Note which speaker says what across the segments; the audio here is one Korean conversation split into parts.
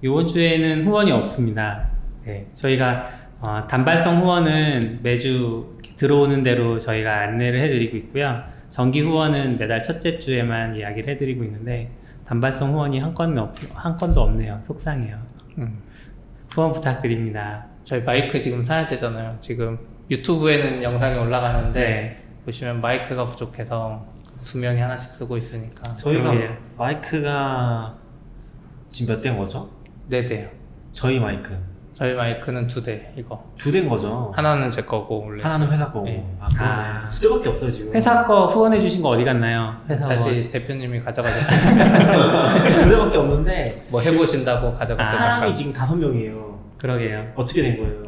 Speaker 1: 이번 주에는 후원이 없습니다. 네, 저희가 어, 단발성 후원은 매주 이렇게 들어오는 대로 저희가 안내를 해드리고 있고요. 정기 후원은 매달 첫째 주에만 이야기를 해드리고 있는데 단발성 후원이 한 건은 없, 한 건도 없네요. 속상해요. 음. 후원 부탁드립니다.
Speaker 2: 저희 마이크 지금 사야 되잖아요. 지금 유튜브에는 영상이 올라가는데
Speaker 1: 네,
Speaker 2: 보시면 마이크가 부족해서 두 명이 하나씩 쓰고 있으니까
Speaker 3: 저희가
Speaker 1: 그러게요.
Speaker 3: 마이크가 지금 몇 대인 거죠?
Speaker 2: 네 대요.
Speaker 3: 저희 마이크
Speaker 2: 저희 마이크는 두 대 이거
Speaker 3: 두 대인 거죠?
Speaker 2: 하나는 제 거고 원래
Speaker 3: 하나는 회사 거고
Speaker 2: 네.
Speaker 3: 아, 그러네.
Speaker 1: 아.
Speaker 3: 두 대밖에 없어요 지금
Speaker 1: 회사 거 후원해 주신 거 어디 갔나요? 회사
Speaker 2: 다시
Speaker 1: 거.
Speaker 2: 대표님이 가져가셨어요.
Speaker 3: 두 대밖에 없는데
Speaker 2: 뭐 해보신다고
Speaker 1: 아,
Speaker 2: 가져갔어요.
Speaker 3: 사람이
Speaker 2: 잠깐.
Speaker 3: 지금 다섯 명이에요
Speaker 1: 그러게요.
Speaker 3: 어떻게 된 거예요?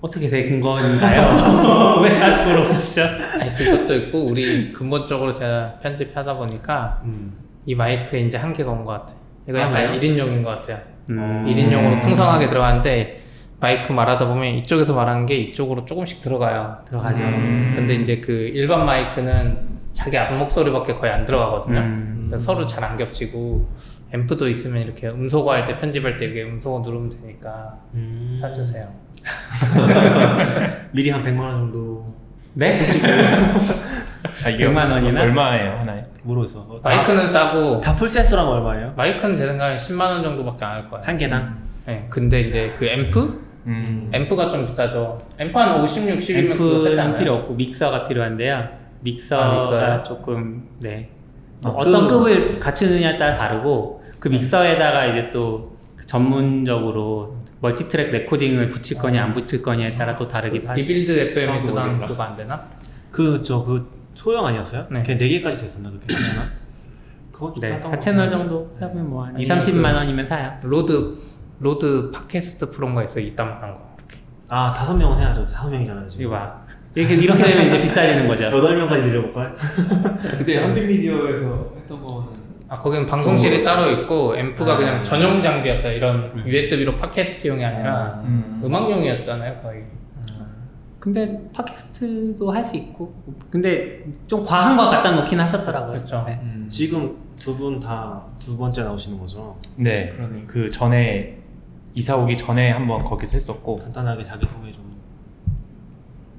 Speaker 1: 어떻게 된 건가요? 왜 저한테 물어보시죠?
Speaker 2: 아니 그것도 있고 우리 근본적으로 제가 편집하다 보니까
Speaker 3: 음.
Speaker 2: 이 마이크에 이제 한계가 온 것 같아요. 이거
Speaker 3: 아,
Speaker 2: 약간
Speaker 3: 그래요?
Speaker 2: 1인용인 것 같아요.
Speaker 3: 음.
Speaker 2: 1인용으로 풍성하게 들어가는데 마이크 말하다 보면 이쪽에서 말하는 게 이쪽으로 조금씩 들어가요.
Speaker 1: 들어가죠.
Speaker 3: 음.
Speaker 2: 근데 이제 그 일반 마이크는 자기 앞목소리밖에 거의 안 들어가거든요.
Speaker 1: 음.
Speaker 2: 그래서 서로 잘 안 겹치고 앰프도 있으면 이렇게 음소거 할 때 편집할 때 이렇게 음소거 누르면 되니까
Speaker 3: 음.
Speaker 2: 사주세요.
Speaker 3: 미리 한 100만 원 정도
Speaker 1: 네?
Speaker 4: 아, 이게
Speaker 1: 100만 원이나?
Speaker 4: 얼마예요 하나에?
Speaker 3: 물어서 어,
Speaker 1: 아,
Speaker 3: 다,
Speaker 2: 마이크는
Speaker 1: 뭐.
Speaker 2: 싸고
Speaker 3: 다 풀센스랑 얼마예요?
Speaker 2: 마이크는 제 생각에 10만 원 정도밖에 안 할 거예요.
Speaker 3: 한 개당?
Speaker 1: 음.
Speaker 2: 네, 근데 이제 그 앰프?
Speaker 4: 음.
Speaker 2: 앰프가 좀 비싸죠. 앰프 한 50, 60이면
Speaker 1: 앰프는 필요 없고 믹서가 필요한데요.
Speaker 2: 아,
Speaker 1: 믹서가
Speaker 2: 믹서요?
Speaker 1: 조금 네
Speaker 3: 아,
Speaker 1: 어떤
Speaker 3: 그-
Speaker 1: 급을 갖추느냐에 따라 다르고 그 믹서에다가 이제 또 전문적으로 멀티트랙 레코딩을 붙일 거냐 안 붙일 거냐에 따라 또 다르기도 하죠.
Speaker 2: 리빌드 FM에서
Speaker 3: 그건
Speaker 2: 난
Speaker 3: 모르겠다.
Speaker 2: 그거 안 되나?
Speaker 3: 그 저 그 소형 아니었어요?
Speaker 2: 네.
Speaker 3: 걔네 개까지 됐었나 그렇게 괜찮아? 그건 좀
Speaker 1: 네,
Speaker 3: 하던
Speaker 1: 4채널
Speaker 3: 거.
Speaker 1: 정도 하면 뭐 한 2,
Speaker 2: 아니면
Speaker 1: 30만 원이면 사요.
Speaker 2: 로드 로드 팟캐스트 프로인가 있어 이따만한 거.
Speaker 3: 아 다섯 명은 해야죠 다섯 명이잖아요 지금
Speaker 1: 이거 봐. 이렇게 이렇게 되면 이제 비싸지는 거죠.
Speaker 3: 여덟 명까지 늘려볼까요?
Speaker 5: 그때 한빛미디어에서 했던 거는
Speaker 2: 아 거기는 방송실이 따로 있고 앰프가
Speaker 3: 아.
Speaker 2: 그냥 전용 장비였어요. 이런 USB로 팟캐스트용이 아니라
Speaker 4: 음.
Speaker 2: 음악용이었잖아요 거의.
Speaker 1: 근데 팟캐스트도 할 수 있고. 근데 좀 과한 거 갖다 놓긴 하셨더라고요.
Speaker 2: 그렇죠.
Speaker 1: 네.
Speaker 5: 음.
Speaker 3: 지금 두 분 다 두 번째 나오시는 거죠?
Speaker 4: 네.
Speaker 5: 그러네요.
Speaker 4: 그 전에 이사 오기 전에 한번 거기서 했었고
Speaker 3: 간단하게 자기 소개 좀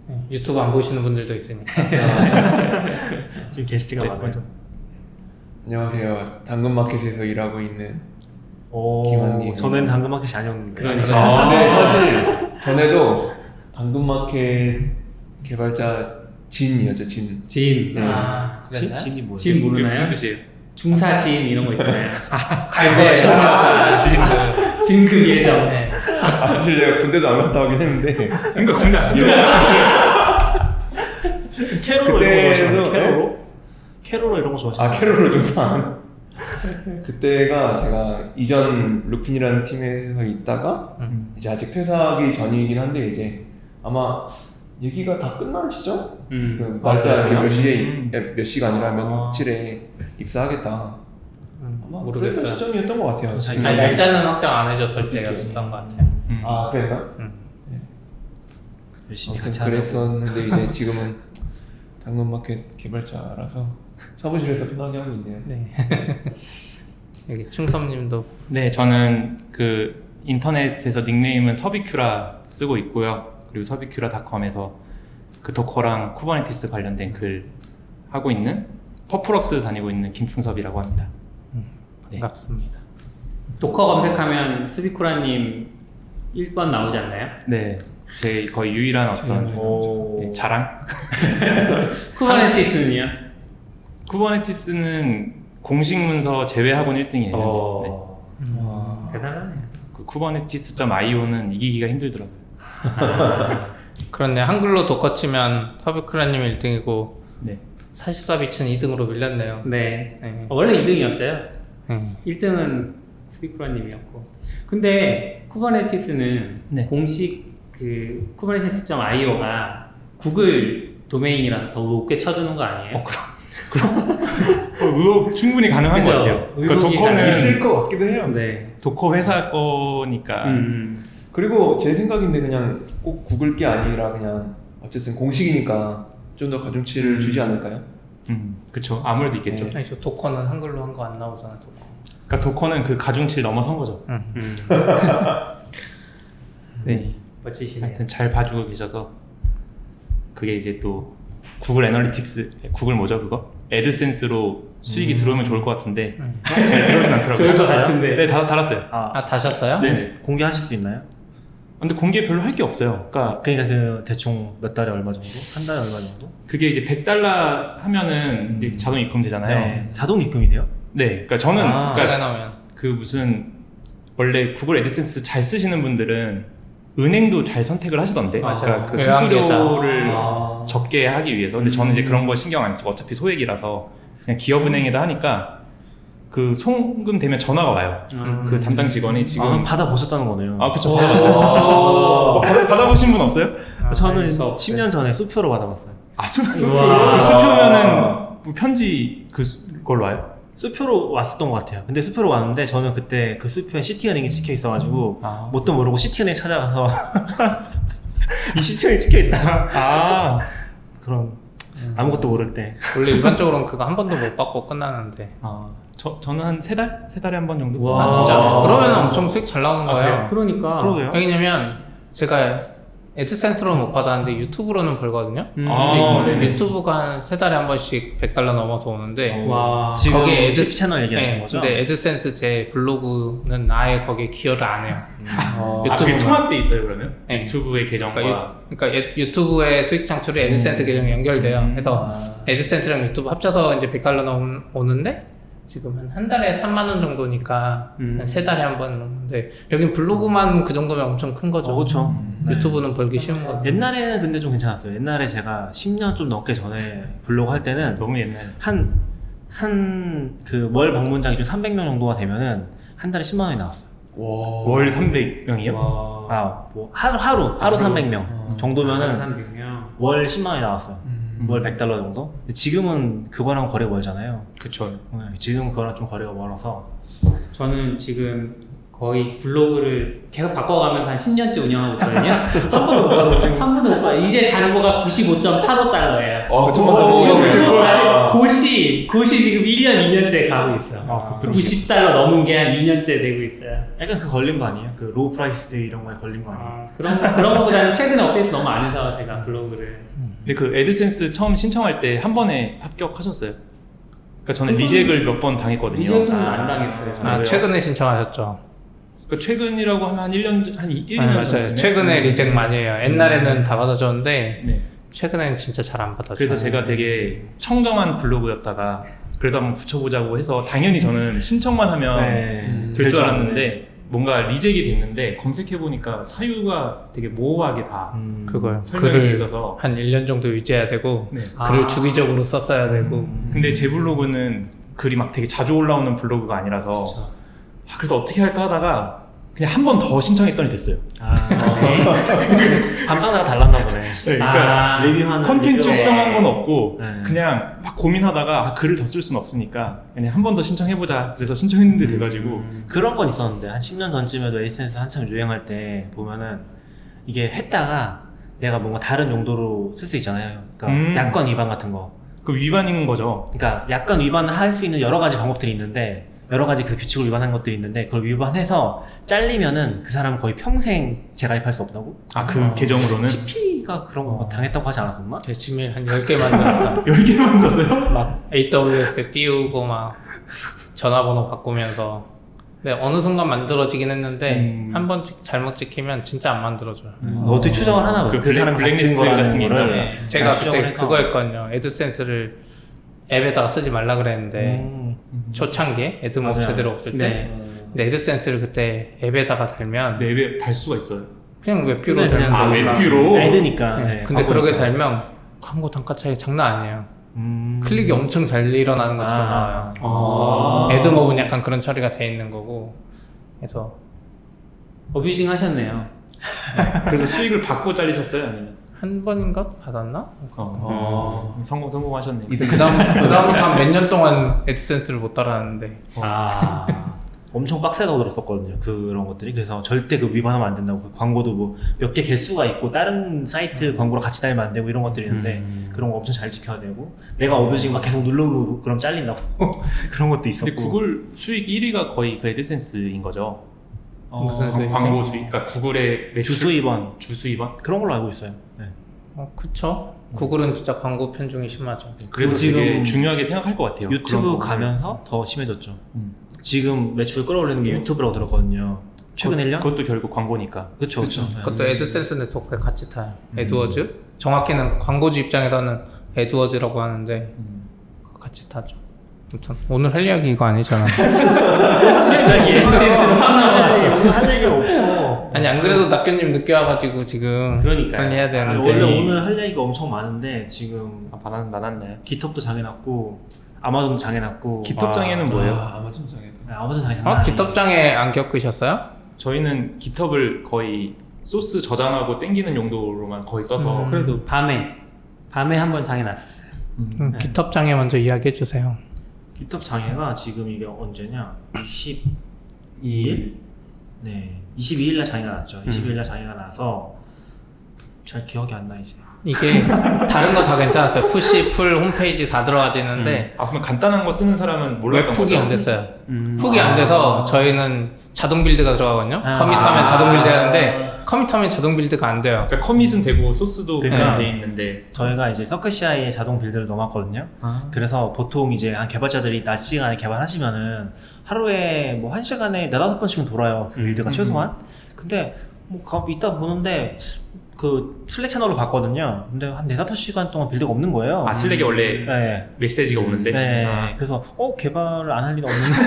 Speaker 2: 네, 유튜브 안 보시는 분들도 있으니까.
Speaker 3: 지금 게스트가
Speaker 4: 네,
Speaker 3: 많아요
Speaker 5: 안녕하세요. 당근마켓에서 일하고 있는.
Speaker 3: 오
Speaker 6: 어,
Speaker 5: 김한기.
Speaker 3: 전에는 당근마켓이 아니었는데
Speaker 2: 그러니까.
Speaker 4: 아.
Speaker 5: 근데 네, 사실 전에도 당근마켓 개발자 진이었죠 진.
Speaker 1: 지인.
Speaker 5: 네.
Speaker 2: 아,
Speaker 3: 진,
Speaker 2: 그랬나?
Speaker 3: 진이 뭐예요?
Speaker 1: 진 모르나요?
Speaker 4: 뜻이에요?
Speaker 1: 중사 지인 이런 거 있잖아요.
Speaker 2: 갈고에
Speaker 1: 아, 진급 그 예정.
Speaker 2: 네.
Speaker 5: 아, 사실 제가 군대도 안 갔다 오긴 했는데
Speaker 4: 그러니까 군대 안 돼요.
Speaker 3: 캐롤로 이런 거
Speaker 5: 그때도- 네.
Speaker 3: 좋아하시나요? 캐롤로? 캐롤로 이런 거
Speaker 5: 아
Speaker 3: 좋아하시나요?
Speaker 5: 캐롤로 좀 산. 그때가 제가 이전 루핀이라는 팀에서 있다가
Speaker 2: 음.
Speaker 5: 이제 아직 퇴사하기 전이긴 한데 이제 아마 얘기가 다 끝난 시죠?
Speaker 1: 음.
Speaker 5: 그
Speaker 3: 아,
Speaker 5: 날짜
Speaker 3: 그랬어요?
Speaker 5: 몇 시에
Speaker 4: 음.
Speaker 5: 몇 시가 아니라
Speaker 3: 아.
Speaker 5: 며칠에 입사하겠다.
Speaker 2: 음,
Speaker 5: 아마 음. 그랬던
Speaker 2: 모르겠어요.
Speaker 5: 시점이었던 것 같아요.
Speaker 3: 잘
Speaker 2: 아니,
Speaker 5: 지금.
Speaker 2: 날짜는 확정 안 해줬을 때였던 것 같아요.
Speaker 4: 음.
Speaker 5: 아 그랬나?
Speaker 3: 열심히 같이
Speaker 5: 아무튼
Speaker 3: 하자
Speaker 5: 그랬었는데 이제 지금은 당근마켓 개발자라서 사무실에서 편하게 하고 있네요.
Speaker 2: 네. 여기 충섭님도
Speaker 4: 네, 저는 그 인터넷에서 닉네임은 서비큐라 쓰고 있고요. 그리고 서비큐라닷컴에서 그 도커랑 쿠버네티스 관련된 글 하고 있는 퍼프럭스 다니고 있는 김충섭이라고 합니다. 네.
Speaker 2: 반갑습니다.
Speaker 1: 도커 검색하면 스비쿠라님 1번 나오지 않나요?
Speaker 4: 네, 제 거의 유일한 어떤
Speaker 3: 오
Speaker 4: 네, 자랑.
Speaker 1: 쿠버네티스는요?
Speaker 4: 쿠버네티스는 공식 문서 제외하고는 1등이에요. 네.
Speaker 1: 어,
Speaker 5: 와.
Speaker 1: 대단하네요.
Speaker 4: 그 쿠버네티스.io는 이기기가 힘들더라고요.
Speaker 2: 그렇네. 한글로 도커 치면 서비크라님 1등이고
Speaker 4: 네.
Speaker 2: 44비츠는 2등으로 밀렸네요.
Speaker 1: 네.
Speaker 2: 네.
Speaker 1: 어, 원래 2등이었어요.
Speaker 2: 네.
Speaker 1: 1등은 스비쿠라님이었고. 근데 쿠버네티스는
Speaker 4: 네.
Speaker 1: 공식 그 kubernetes.io가 구글 도메인이라서 더 높게 쳐주는 거 아니에요?
Speaker 4: 어, 어, 의혹 충분히 가능한
Speaker 1: 그죠?
Speaker 4: 것 같아요. 그
Speaker 1: 의혹이
Speaker 4: 도커는
Speaker 5: 있을 것 같기도 해요.
Speaker 1: 네.
Speaker 4: 도커 회사 거니까
Speaker 1: 음.
Speaker 5: 그리고 제 생각인데 그냥 꼭 구글 게 아니라 그냥 어쨌든 공식이니까 좀 더 가중치를 주지 않을까요?
Speaker 4: 음, 그쵸. 아무래도 있겠죠.
Speaker 5: 네.
Speaker 2: 아니 저 도커는 한글로 한 거 안 나오잖아 도커.
Speaker 4: 그러니까 도커는 그 가중치를 넘어선 거죠.
Speaker 2: 음.
Speaker 4: 음.
Speaker 2: 네. 멋지시네요.
Speaker 4: 하여튼 잘 봐주고 계셔서 그게 이제 또 구글 애널리틱스 구글 뭐죠 그거? 애드센스로 수익이 들어오면 좋을 것 같은데
Speaker 2: 음.
Speaker 4: 잘 들어오진 않더라고요.
Speaker 1: 좋을 것 같은데.
Speaker 4: 네, 다 달았어요.
Speaker 6: 아,
Speaker 2: 아 다셨어요?
Speaker 4: 네.
Speaker 6: 공개하실 수 있나요?
Speaker 4: 근데 공개 별로 할 게 없어요. 그러니까
Speaker 6: 그러니까 그 대충 몇 달에 얼마 정도? 한 달에 얼마 정도?
Speaker 4: 그게 이제 100달러 하면은 이제 자동
Speaker 5: 네.
Speaker 4: 입금되잖아요.
Speaker 6: 자동 입금이 돼요?
Speaker 4: 네. 그러니까 저는
Speaker 6: 네. 아.
Speaker 4: 그러니까
Speaker 2: 제가 나오면
Speaker 4: 그 무슨 원래 구글 애드센스 잘 쓰시는 분들은 은행도 잘 선택을 하시던데.
Speaker 2: 맞아요.
Speaker 4: 그러니까 그
Speaker 2: 외환계좌.
Speaker 4: 수수료를
Speaker 5: 아.
Speaker 4: 적게 하기 위해서. 근데 저는 이제 그런 거 신경 안 쓰고 어차피 소액이라서 그냥 기업은행에다 하니까 그 송금 되면 전화가 와요.
Speaker 2: 아.
Speaker 6: 음.
Speaker 4: 그 담당 직원이
Speaker 6: 아,
Speaker 4: 지금
Speaker 6: 그럼 받아보셨다는 거네요.
Speaker 4: 아 그쵸 어, 받아봤죠. 받아, 받아보신 분 없어요?
Speaker 5: 그,
Speaker 2: 아,
Speaker 6: 저는
Speaker 2: 알 수가 없어요.
Speaker 6: 10년 전에 수표로 받아봤어요.
Speaker 4: 아 수, 수표
Speaker 5: 우와.
Speaker 4: 그 수표면은 뭐 편지 그걸로 와요?
Speaker 6: 수표로 왔었던 것 같아요. 근데 수표로 왔는데 저는 그때 그 수표에 시티은행이 찍혀 있어가지고
Speaker 4: 아.
Speaker 6: 뭣도 모르고 시티은행 찾아가서 이 시티은행 찍혀 있다.
Speaker 4: 아
Speaker 6: 그런
Speaker 2: 음.
Speaker 6: 아무것도 모를 때.
Speaker 2: 원래 일반적으로는 그거 한 번도 못 받고 끝나는데.
Speaker 4: 아, 저, 저는 한 세 달? 세 달에 한 번 정도?
Speaker 6: 와.
Speaker 2: 아
Speaker 6: 아.
Speaker 2: 진짜? 그러면 엄청 수익 잘 나오는 거예요.
Speaker 1: 그러니까.
Speaker 6: 그러게요.
Speaker 2: 왜냐면 제가 애드센스로는 못 받았는데 유튜브로는 벌거든요.
Speaker 1: 음.
Speaker 4: 아,
Speaker 2: 근데
Speaker 4: 네네.
Speaker 2: 유튜브가 한 세 달에 한 번씩 100달러 넘어서 오는데
Speaker 1: 와.
Speaker 6: 지금
Speaker 2: 네. 거기에 애드-
Speaker 6: 10 채널 얘기하시는
Speaker 2: 네,
Speaker 6: 거죠?
Speaker 2: 근데 애드센스 제 블로그는 아예 거기에 기여를 안 해요.
Speaker 1: 어.
Speaker 4: 아, 그게
Speaker 2: 유튜브만.
Speaker 4: 통합돼 있어요, 그러면?
Speaker 2: 네.
Speaker 4: 유튜브의 계정과.
Speaker 2: 그러니까, 유, 그러니까 애- 유튜브의 수익 창출이
Speaker 4: 음.
Speaker 2: 애드센스 계정에 연결돼요. 그래서
Speaker 4: 아.
Speaker 2: 애드센스랑 유튜브 합쳐서 이제 100달러 넘 오는데 지금 한, 한 달에 3만 원 정도니까
Speaker 1: 음.
Speaker 2: 한 세 달에 한 번 오는데 여긴 블로그만 그 정도면 엄청 큰 거죠.
Speaker 6: 어, 그렇죠. 네.
Speaker 2: 음, 유튜브는 벌기 쉬운 거죠.
Speaker 6: 옛날에는 근데 좀 괜찮았어요. 옛날에 제가 10년 좀 넘게 전에 블로그 할 때는
Speaker 4: 너무 옛날.
Speaker 6: 한, 한, 그 월 방문자 기준 300명 정도가 되면은 한 달에 10만원이 나왔어요.
Speaker 4: 월 300명이요?
Speaker 1: 와.
Speaker 6: 아, 뭐, 하루, 하루, 하루 300명 정도면은
Speaker 1: 한 300명.
Speaker 6: 월 10만원이 나왔어요.
Speaker 5: 음.
Speaker 6: 월 100달러 정도? 근데 지금은 그거랑 거래가 멀잖아요.
Speaker 4: 그쵸.
Speaker 6: 네, 지금 그거랑 좀 거래가 멀어서.
Speaker 1: 저는 지금 거의 블로그를 계속 바꿔가면서 한 10년째 운영하고 있거든요. 한 번도 못 받아보시고. 한 번도 못 받아. 이제 잔고가 95.85달러예요.
Speaker 5: 아,
Speaker 6: 어,
Speaker 5: 좀만 더
Speaker 6: 어,
Speaker 5: 보시면
Speaker 6: 어,
Speaker 5: 될
Speaker 1: 아.
Speaker 5: 거야.
Speaker 1: 고시, 고시 지금 1년, 2년째 가고 있어.
Speaker 6: 아,
Speaker 1: 90달러 넘은 게 한 2년째 되고 있어요.
Speaker 6: 약간 그 걸린 거 아니에요? 그 로우 프라이스 이런 거에 걸린 거 아니에요?
Speaker 1: 아, 그런, 그런 것보다는 최근에 업데이트 너무 안 해서 제가 블로그를.
Speaker 4: 근데 그 애드센스 처음 신청할 때 한 번에 합격하셨어요? 그러니까 저는
Speaker 1: 그건-
Speaker 4: 리젝을 몇 번 당했거든요.
Speaker 1: 리젝은 안
Speaker 4: 아.
Speaker 1: 당했어요. 저는.
Speaker 4: 아,
Speaker 2: 아,
Speaker 4: 왜요?
Speaker 2: 최근에 신청하셨죠.
Speaker 4: 그러니까 최근이라고 하면 한 1년, 전- 한 1, 2년
Speaker 2: 네,
Speaker 4: 전쯤에? 음.
Speaker 2: 맞아요. 최근에 리젝 많이 해요. 옛날에는 다 받아줬는데
Speaker 4: 네.
Speaker 2: 최근에는 진짜 잘 안 받아줘요.
Speaker 4: 그래서 제가 되게 청정한 블로그였다가 그래도 한번 붙여보자고 해서 당연히 저는 신청만 하면
Speaker 6: 네.
Speaker 4: 될
Speaker 6: 될
Speaker 4: 줄
Speaker 6: 줄
Speaker 4: 알았는데 뭔가 리젝이 됐는데 검색해 보니까 사유가 되게 모호하게 다
Speaker 6: 음.
Speaker 2: 그거요.
Speaker 4: 설명이 돼
Speaker 2: 글을
Speaker 4: 있어서
Speaker 2: 한 1년 정도 유지해야 되고
Speaker 4: 네.
Speaker 6: 아.
Speaker 2: 글을 주기적으로 썼어야 되고
Speaker 6: 음.
Speaker 4: 근데 제 블로그는 글이 막 되게 자주 올라오는 블로그가 아니라서 아, 그래서 어떻게 할까 하다가 그냥 한 번 더 신청했더니 됐어요.
Speaker 6: 아, 반반가 달랐나 보네.
Speaker 4: 네, 그러니까
Speaker 1: 아,
Speaker 6: 리뷰하는
Speaker 4: 컨텐츠
Speaker 6: 리뷰가-
Speaker 4: 수정한 건 없고
Speaker 6: 네.
Speaker 4: 그냥 막 고민하다가 아, 글을 더 쓸 수는 없으니까 그냥 한 번 더 신청해보자. 그래서 신청했는데 돼가지고
Speaker 6: 그런 건 있었는데 한 10년 전쯤에도 에이센스 한참 유행할 때 보면은 이게 했다가 내가 뭔가 다른 용도로 쓸 수 있잖아요. 그러니까
Speaker 4: 음.
Speaker 6: 약관 위반 같은 거.
Speaker 4: 그 위반인 거죠.
Speaker 6: 그러니까 약관 위반을 할 수 있는 여러 가지 방법들이 있는데 여러 가지 그 규칙을 위반한 것들이 있는데 그걸 위반해서 잘리면은 그 사람 은 거의 평생 재가입할 수 없다고?
Speaker 4: 아 그 계정으로는
Speaker 6: CP가 그런 거 당했다고 하지 않았었나?
Speaker 2: 제 지밀 한 10개 만들어서
Speaker 4: 10개 만들었어요?
Speaker 2: 막 AWS에 띄우고 막 전화번호 바꾸면서 근데 어느 순간 만들어지긴 했는데
Speaker 4: 음.
Speaker 2: 한 번 찍- 잘못 찍히면 진짜 안 만들어줘요.
Speaker 6: 음. 어떻게 추정을 하나 봐요.
Speaker 4: 그 블랙- 블랙리스트 같은 게 있나 봐요.
Speaker 2: 네, 제가
Speaker 6: 아, 추정을
Speaker 2: 그때
Speaker 6: 해서.
Speaker 2: 그거 했거든요. 애드센스를 앱에다가 쓰지 말라 그랬는데
Speaker 6: 음.
Speaker 2: 초창기에 애드모
Speaker 6: 맞아요.
Speaker 2: 제대로 없을 때
Speaker 1: 네.
Speaker 2: 근데 애드센스를 그때 앱에다가 달면
Speaker 4: 앱에 아, 달 수가 있어요.
Speaker 2: 그냥 웹뷰로
Speaker 6: 근데
Speaker 2: 달면
Speaker 6: 네. 그냥
Speaker 4: 아,
Speaker 6: 그러니까
Speaker 4: 웹뷰로?
Speaker 6: 애드니까. 네,
Speaker 2: 근데
Speaker 6: 광고니까.
Speaker 2: 그러게 달면 광고 단가 차이 장난 아니에요
Speaker 6: 음.
Speaker 2: 클릭이 엄청 잘 일어나는 것처럼
Speaker 6: 아.
Speaker 2: 나와요
Speaker 1: 아.
Speaker 2: 애드모브는 약간 그런 처리가 돼 있는 거고 그래서
Speaker 1: 어뷰징 하셨네요.
Speaker 4: 그래서 수익을 받고 잘리셨어요? 아니면?
Speaker 2: 한 번인가 받았나?
Speaker 4: 어. 성공, 성공하셨네요.
Speaker 2: 그 다음부터 몇 년 동안 애드센스를 못 따라하는데
Speaker 1: 아.
Speaker 6: 엄청 빡세다고 들었었거든요. 그런 것들이. 그래서 절대 그 위반하면 안 된다고. 그 광고도 뭐 몇 개 개수가 있고 다른 사이트 광고랑 같이 달면 안 되고 이런 것들이 있는데
Speaker 4: 음.
Speaker 6: 그런 거 엄청 잘 지켜야 되고 내가 어뷰징 막 계속 눌러보고 그럼 잘린다고 그런 것도 있었고
Speaker 4: 근데 구글 수익 1위가 거의 그 애드센스인 거죠.
Speaker 6: 어,
Speaker 2: 무슨
Speaker 4: 광- 광고 수익, 그러니까 구글의 매출-
Speaker 6: 주수입원.
Speaker 4: 주수입원.
Speaker 6: 그런 걸로 알고 있어요. 네.
Speaker 2: 어, 그쵸. 구글은 진짜 광고 편중이 심하죠.
Speaker 6: 네.
Speaker 4: 그래서
Speaker 6: 지금
Speaker 4: 되게 중요하게 생각할 것 같아요.
Speaker 6: 유튜브
Speaker 4: 그런
Speaker 6: 가면서 더 심해졌죠.
Speaker 4: 음.
Speaker 6: 지금 매출 끌어올리는 게 유튜브라고 들었거든요. 최근
Speaker 4: 그-
Speaker 6: 1년?
Speaker 4: 그것도 결국 광고니까.
Speaker 6: 그쵸, 그쵸. 네.
Speaker 2: 그것도 애드센스 네트워크에 같이 타요.
Speaker 6: 음.
Speaker 2: 애드워즈. 정확히는 광고주 입장에서는 애드워즈라고 하는데
Speaker 6: 음.
Speaker 2: 그거 같이 타죠. 아무튼 오늘 할 이야기 이거 아니잖아.
Speaker 6: 갑자기 엔센스로 확 나와서. 할 얘기가 없어.
Speaker 2: 아니 안 그래도 낙교님 늦게 와가지고 지금
Speaker 1: 그러니까요.
Speaker 2: 빨리 해야
Speaker 6: 아니,
Speaker 2: 되는데
Speaker 6: 원래 오늘 할 얘기가 엄청 많은데 지금
Speaker 4: 아, 많았, 많았나요?
Speaker 6: 기톱도 장해놨고 아마존도 장해놨고
Speaker 4: 기톱 장애는 뭐예요?
Speaker 5: 아, 아마존 장에도.
Speaker 6: 아, 아마존 장해
Speaker 2: 아 기톱장에 안 겪으셨어요?
Speaker 4: 저희는 기톱을 거의 소스 저장하고 땡기는 용도로만 거의 써서
Speaker 1: 뭐 그래서 그래도 밤에 밤에 한번 장애 났었어요.
Speaker 2: 음, 기톱장에 먼저 이야기해 주세요.
Speaker 6: 네, 기톱 장애가 지금 이게 언제냐 22일? 네 22일 날 장애가 났죠 22일 날 장애가 나서 잘 기억이 안 나 이제
Speaker 2: 이게 다른 거 다 괜찮았어요. 푸시, 풀, 홈페이지 다 들어가지는데
Speaker 4: 아 그럼 간단한 거 쓰는 사람은 그러니까
Speaker 2: 웹
Speaker 4: 몰랐던
Speaker 2: 훅이
Speaker 4: 거죠?
Speaker 2: 안 됐어요.
Speaker 1: 음.
Speaker 2: 훅이 안 돼서 저희는 자동 빌드가 들어가거든요.
Speaker 6: 아.
Speaker 2: 커밋하면 자동 빌드 하는데 커밋하면 자동 빌드가 안 돼요.
Speaker 4: 그러니까 커밋은 되고 소스도
Speaker 6: 그러니까.
Speaker 4: 그냥 돼 있는데
Speaker 6: 저희가 이제 서클CI에 자동 빌드를 넣어놨거든요 그래서 보통 이제 한 개발자들이 낮 시간에 개발하시면은 하루에 뭐 한 시간에 네다섯 번씩은 돌아요 그 빌드가 최소한 근데 뭐 가- 이따 보는데 그 슬랙 채널로 봤거든요 근데 한 네다섯 시간 동안 빌드가 없는 거예요
Speaker 4: 아 슬랙에 원래
Speaker 6: 네.
Speaker 4: 메시지가 오는데
Speaker 6: 어. 네.
Speaker 4: 아,
Speaker 6: 그래서 어 개발을 안 할 리는 없는데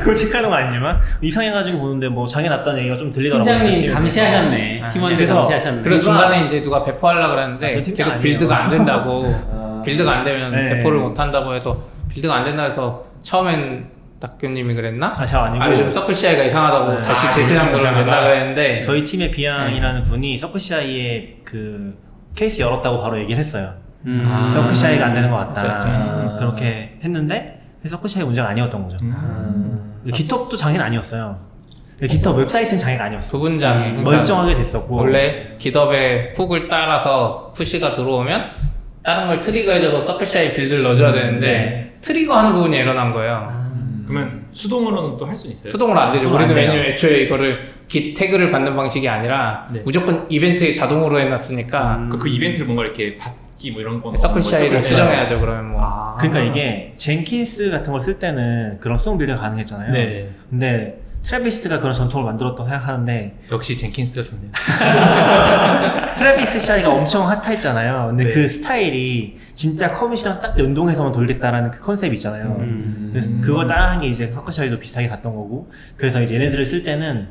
Speaker 6: 그거 체크하는 건 아니지만 이상해가지고 보는데 뭐 장애 났다는 얘기가 좀 들리더라고요
Speaker 1: 팀장님
Speaker 6: 팀에서.
Speaker 1: 감시하셨네.
Speaker 2: 아,
Speaker 1: 팀원들
Speaker 6: 그래서-
Speaker 1: 감시하셨네. 그렇죠.
Speaker 2: 그리고
Speaker 6: 누가-
Speaker 2: 중간에 이제 누가 배포하려고
Speaker 6: 아,
Speaker 2: 그랬는데
Speaker 6: 저 팀장
Speaker 2: 계속
Speaker 6: 아니에요.
Speaker 2: 빌드가 안 된다고
Speaker 5: 아,
Speaker 2: 빌드가 안 되면
Speaker 6: 네.
Speaker 2: 배포를 못 한다고 해서 빌드가 안 된다 해서 처음엔 낙교님이 그랬나?
Speaker 6: 아, 잘 아니고
Speaker 2: 아 요즘 서클 CI가 이상하다고
Speaker 6: 네.
Speaker 2: 다시
Speaker 6: 아,
Speaker 2: 재시장
Speaker 6: 요즘
Speaker 2: 그러면 된다
Speaker 6: 이상하다.
Speaker 2: 그랬는데
Speaker 6: 저희 팀의
Speaker 2: 네.
Speaker 6: 비앙이라는 분이 서크시아이의 그 케이스 열었다고 바로 얘기를 했어요.
Speaker 1: 음.
Speaker 4: 아.
Speaker 6: 서크시아이가 안 되는 것 같다.
Speaker 2: 그렇죠,
Speaker 5: 그렇죠.
Speaker 6: 음, 그렇게 했는데 서크시아이 문제가 아니었던 거죠.
Speaker 5: 음.
Speaker 6: 근데 기톱도 장애는 아니었어요. 근데 기톱 웹사이트는 장애가 아니었어.
Speaker 2: 부분장애 그러니까
Speaker 6: 음, 멀쩡하게 됐었고
Speaker 2: 원래 기덥의 훅을 따라서 푸시가 들어오면 다른 걸 트리거해줘서 서클샤이 빌드를 넣어줘야 되는데
Speaker 6: 네. 아,
Speaker 2: 트리거하는 부분이 에러난 거예요.
Speaker 4: 그러면 수동으로는 또 할 수는 있어요?
Speaker 2: 수동으로 안 되죠.
Speaker 6: 네. 수동으로
Speaker 2: 우리는
Speaker 6: 안 돼요.
Speaker 2: 왜냐면 애초에 이거를 기 태그를 받는 방식이 아니라
Speaker 4: 네.
Speaker 2: 무조건 이벤트에 자동으로 해놨으니까
Speaker 6: 음.
Speaker 4: 그, 그 이벤트를 뭔가 이렇게 받기 뭐 이런 건
Speaker 6: 네.
Speaker 2: 서클샤이를
Speaker 4: 없는 거죠?
Speaker 2: 수정해야죠. 그러면 뭐
Speaker 4: 아.
Speaker 6: 그러니까 이게 젠킨스 같은 걸 쓸 때는 그런 수동 빌드가 가능했잖아요.
Speaker 4: 네
Speaker 6: 근데 트래비스가 그런 전통을 만들었다고 생각하는데
Speaker 4: 네. 역시 젠킨스가 좋네요
Speaker 6: 트래비스 샤이가 엄청 핫했잖아요. 근데
Speaker 4: 네.
Speaker 6: 그 스타일이 진짜 커밋이랑 딱 연동해서만 돌겠다라는 그 컨셉 있잖아요.
Speaker 1: 음.
Speaker 6: 그래서 그걸 따라한 게 이제 서커샤이도 비슷하게 갔던 거고 그래서 이제 얘네들을 쓸 때는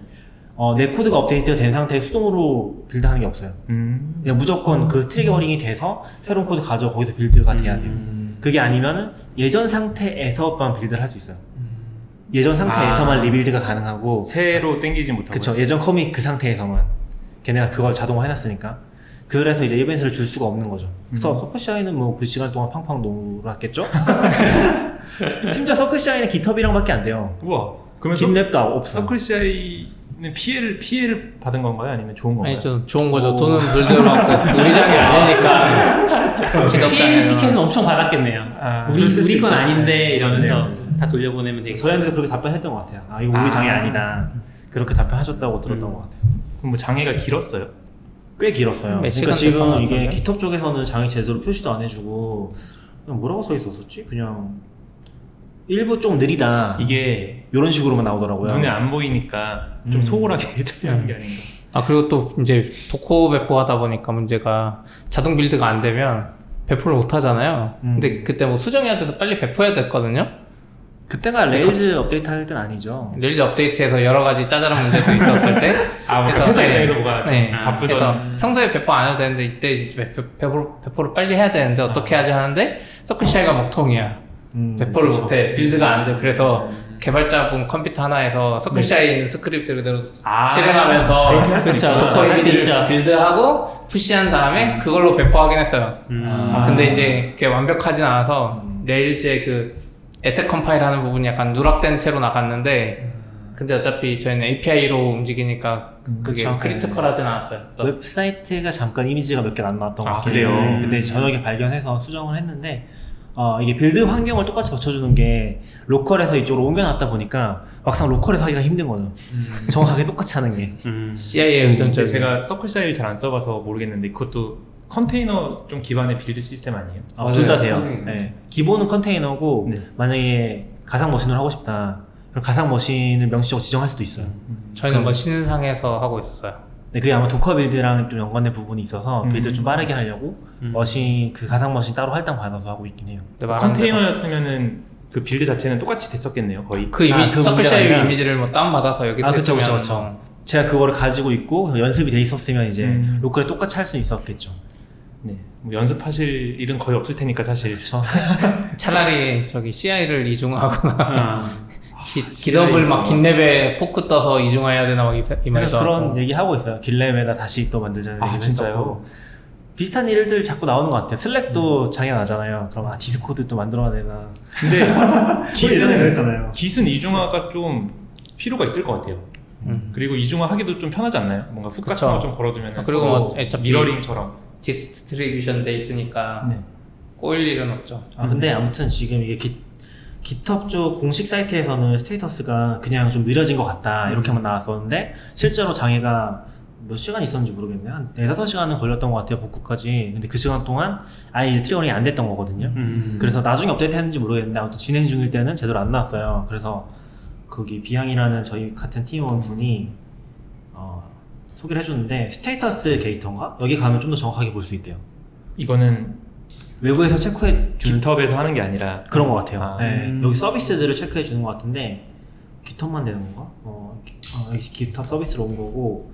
Speaker 6: 어, 내 코드가 업데이트가 된 상태에 수동으로 빌드하는 게 없어요
Speaker 4: 음.
Speaker 6: 그냥 무조건 그 트리거링이 돼서 새로운 코드 가져와 거기서 빌드가 돼야 돼요
Speaker 4: 음.
Speaker 6: 그게 아니면은 예전 상태에서만 빌드를 할 수 있어요 예전 상태에서만
Speaker 4: 아.
Speaker 6: 리빌드가 가능하고
Speaker 4: 새로 땡기지 못하고
Speaker 6: 그쵸 예전 커밋 그 상태에서만 걔네가 그걸 자동화 해놨으니까 그래서 이제 이벤트를 줄 수가 없는 거죠
Speaker 4: 음.
Speaker 6: 그래서 서크샤이는 뭐 그 시간 동안 팡팡 놀았겠죠? 심지어 서크샤이는 기텁이랑 밖에 안 돼요
Speaker 4: 우와 그러면 서,
Speaker 6: 딥랩도 없어
Speaker 4: 서클CI는 피해를 피해를 받은 건가요? 아니면 좋은 건가요?
Speaker 6: 네.
Speaker 2: 아니 좀 좋은 거죠. 돈은 물대로 받고 우리 장이 아니니까
Speaker 1: CS 그 티켓은
Speaker 2: 기덥장애는
Speaker 1: 엄청 받았겠네요.
Speaker 4: 아,
Speaker 1: 우리
Speaker 6: 그럴 수도
Speaker 1: 우리 건
Speaker 6: 있죠.
Speaker 1: 아닌데 이러면서 다 돌려보내면 되겠죠.
Speaker 6: 저희한테도 그렇게 답변했던 것 같아요 아 이거 우리
Speaker 1: 아.
Speaker 6: 장애 아니다 그렇게 답변하셨다고 들었던
Speaker 1: 음.
Speaker 6: 것 같아요
Speaker 4: 그럼 뭐 장애가 길었어요?
Speaker 6: 꽤 길었어요
Speaker 2: 몇
Speaker 6: 그러니까
Speaker 2: 네, 시간
Speaker 6: 지금
Speaker 2: 됐던 것
Speaker 6: 이게
Speaker 2: 같은데?
Speaker 6: 기텁 쪽에서는 장애 제대로 표시도 안 해주고 그냥 뭐라고 써 있었었지? 그냥 일부 좀 느리다
Speaker 4: 이게
Speaker 6: 이런 식으로만 나오더라고요
Speaker 4: 눈에 안 보이니까 좀
Speaker 6: 음.
Speaker 4: 소홀하게 처리하는 게 아닌가
Speaker 2: 아 그리고 또 이제 도코 배포하다 보니까 문제가 자동 빌드가 안 되면 배포를 못 하잖아요.
Speaker 6: 음.
Speaker 2: 근데 그때 뭐 수정해야 돼서 빨리 배포해야 됐거든요.
Speaker 6: 그때가
Speaker 4: 네,
Speaker 6: 레일즈 업데이트 할 때는 아니죠.
Speaker 2: 릴즈 업데이트에서 여러 가지 짜잘한 문제도 있었을 때
Speaker 4: 아,
Speaker 2: 그래서,
Speaker 4: 그래서 회사
Speaker 2: 네.
Speaker 4: 입장에서 뭐가
Speaker 2: 네.
Speaker 4: 아, 바쁘던
Speaker 2: 그래서 평소에 배포 안 해도 되는데 이때 이제 배- 배포, 배포를 빨리 해야 되는데
Speaker 4: 아.
Speaker 2: 어떻게 하지 하는데 서클시아가 먹통이야
Speaker 6: 음,
Speaker 2: 배포를
Speaker 4: 그렇죠.
Speaker 6: 그쵸.
Speaker 2: 못해 빌드가 안돼 그래서
Speaker 4: 음.
Speaker 2: 개발자분 컴퓨터 하나에서 서클시아에 있는 스크립트를 그대로 실행하면서
Speaker 4: 네. 아, 그렇게 할수
Speaker 2: 그쵸,
Speaker 4: 있구나.
Speaker 2: 도커
Speaker 1: 할수
Speaker 2: 이미지를
Speaker 1: 있죠.
Speaker 2: 빌드하고 푸시한 다음에 그걸로 배포하긴 했어요
Speaker 1: 음.
Speaker 5: 아.
Speaker 6: 음.
Speaker 2: 근데 이제 그게 완벽하진 않아서 레일즈의 그 에셋 컴파일하는 부분이 약간 누락된 채로 나갔는데 근데 어차피 저희는 API로 움직이니까 그게
Speaker 6: 음. 그쵸.
Speaker 2: 크리티컬하진 않았어요. 그래서
Speaker 6: 웹사이트가 잠깐 이미지가 몇 개 안 나왔던 것
Speaker 4: 아,
Speaker 6: 같긴
Speaker 4: 그래요?
Speaker 6: 해요. 근데 저녁에 발견해서 수정을 했는데 어, 이게 빌드 환경을 똑같이 맞춰주는 게 로컬에서 이쪽으로 옮겨놨다 보니까 막상 로컬에서 하기가 힘든 거죠.
Speaker 4: 음.
Speaker 6: 정확하게 똑같이 하는 게.
Speaker 1: 음.
Speaker 2: CI에 예,
Speaker 6: 그
Speaker 2: 의존적인
Speaker 4: 제가 서클 샤이를 잘 안 써봐서 모르겠는데 그것도 컨테이너 좀 기반의 빌드 시스템 아니에요?
Speaker 6: 어, 둘다 돼요.
Speaker 5: 컨테이너죠.
Speaker 6: 네. 기본은 컨테이너고
Speaker 4: 네.
Speaker 6: 만약에 가상 머신을 하고 싶다. 그럼 가상 머신을 명시적으로 지정할 수도 있어요.
Speaker 2: 저희는
Speaker 6: 그
Speaker 2: 뭐 신상에서 하고 있었어요.
Speaker 6: 근데 그게 아마 도커 빌드랑 좀 연관된 부분이 있어서
Speaker 4: 음.
Speaker 6: 빌드 좀 빠르게 하려고 머신 그 가상 머신 따로 할당 받아서 하고 있긴 해요.
Speaker 2: 근데 말한 대로
Speaker 4: 컨테이너였으면은 그 빌드 자체는 똑같이 됐었겠네요 거의
Speaker 2: 그 이미
Speaker 6: 아, 그 문제가
Speaker 2: 서클샤이
Speaker 6: 아니라-
Speaker 2: 이미지를 뭐 다운 받아서 여기서
Speaker 6: 아, 그쵸, 그쵸,
Speaker 2: 했으면
Speaker 6: 그쵸.
Speaker 2: 뭐
Speaker 6: 제가 그거를 가지고 있고 연습이 돼 있었으면 이제
Speaker 4: 음.
Speaker 6: 로컬에 똑같이 할 수 있었겠죠.
Speaker 4: 네. 뭐 연습하실 일은 거의 없을 테니까 사실
Speaker 6: 그렇죠.
Speaker 2: 차라리 저기 CI를 이중화하거나
Speaker 1: 아,
Speaker 2: 기, 기덥을 막 긴랩에 포크 떠서 이중화해야 되나 막 이, 이 말도
Speaker 6: 그래서 그런
Speaker 2: 하고.
Speaker 6: 얘기 하고 있어요. 길렘에다 다시 또 만들자는
Speaker 4: 아,
Speaker 6: 얘기도
Speaker 4: 진짜요?
Speaker 6: 했었고. 비슷한 일들 자꾸 나오는 것 같아요. 슬랙도 장애 나잖아요. 그럼 아 디스코드 또 만들어야 되나.
Speaker 4: 음.
Speaker 6: 뭐
Speaker 4: 근데 기스는
Speaker 6: 그랬잖아요.
Speaker 4: 기스는 이중화가 좀 필요가 있을 것 같아요
Speaker 2: 음.
Speaker 4: 그리고 이중화 하기도 좀 편하지 않나요? 뭔가 훅 같은
Speaker 2: 그쵸.
Speaker 4: 거 좀 걸어두면
Speaker 2: 아, 그리고 뭐 어차피-
Speaker 4: 미러링처럼
Speaker 2: 디스트리뷰션 돼 있으니까
Speaker 4: 네.
Speaker 2: 꼬일 일은 없죠.
Speaker 6: 아, 근데 아무튼 지금 이게 기, 깃허브 쪽 공식 사이트에서는 스테이터스가 그냥 좀 느려진 것 같다 이렇게만 나왔었는데 실제로 장애가 몇 시간 있었는지 모르겠네요 한 4, 5시간은 걸렸던 것 같아요 복구까지 근데 그 시간 동안 아예 이제 트리거링이 안 됐던 거거든요
Speaker 1: 음.
Speaker 6: 그래서 나중에 업데이트 했는지 모르겠는데 아무튼 진행 중일 때는 제대로 안 나왔어요 그래서 거기 비양이라는 저희 같은 팀원분이 어, 소개를 해줬는데 스테이터스 게이터인가? 여기 가면 좀 더 정확하게 볼 수 있대요
Speaker 4: 이거는
Speaker 6: 외부에서 체크해 주는
Speaker 4: 깃허브에서 하는 게 아니라
Speaker 6: 그런 것 같아요.
Speaker 4: 아,
Speaker 6: 네,
Speaker 1: 음.
Speaker 6: 여기 서비스들을 체크해 주는 것 같은데 깃허브만 되는 건가? 어, 기- 어, 여기 깃허브 서비스로 온 거고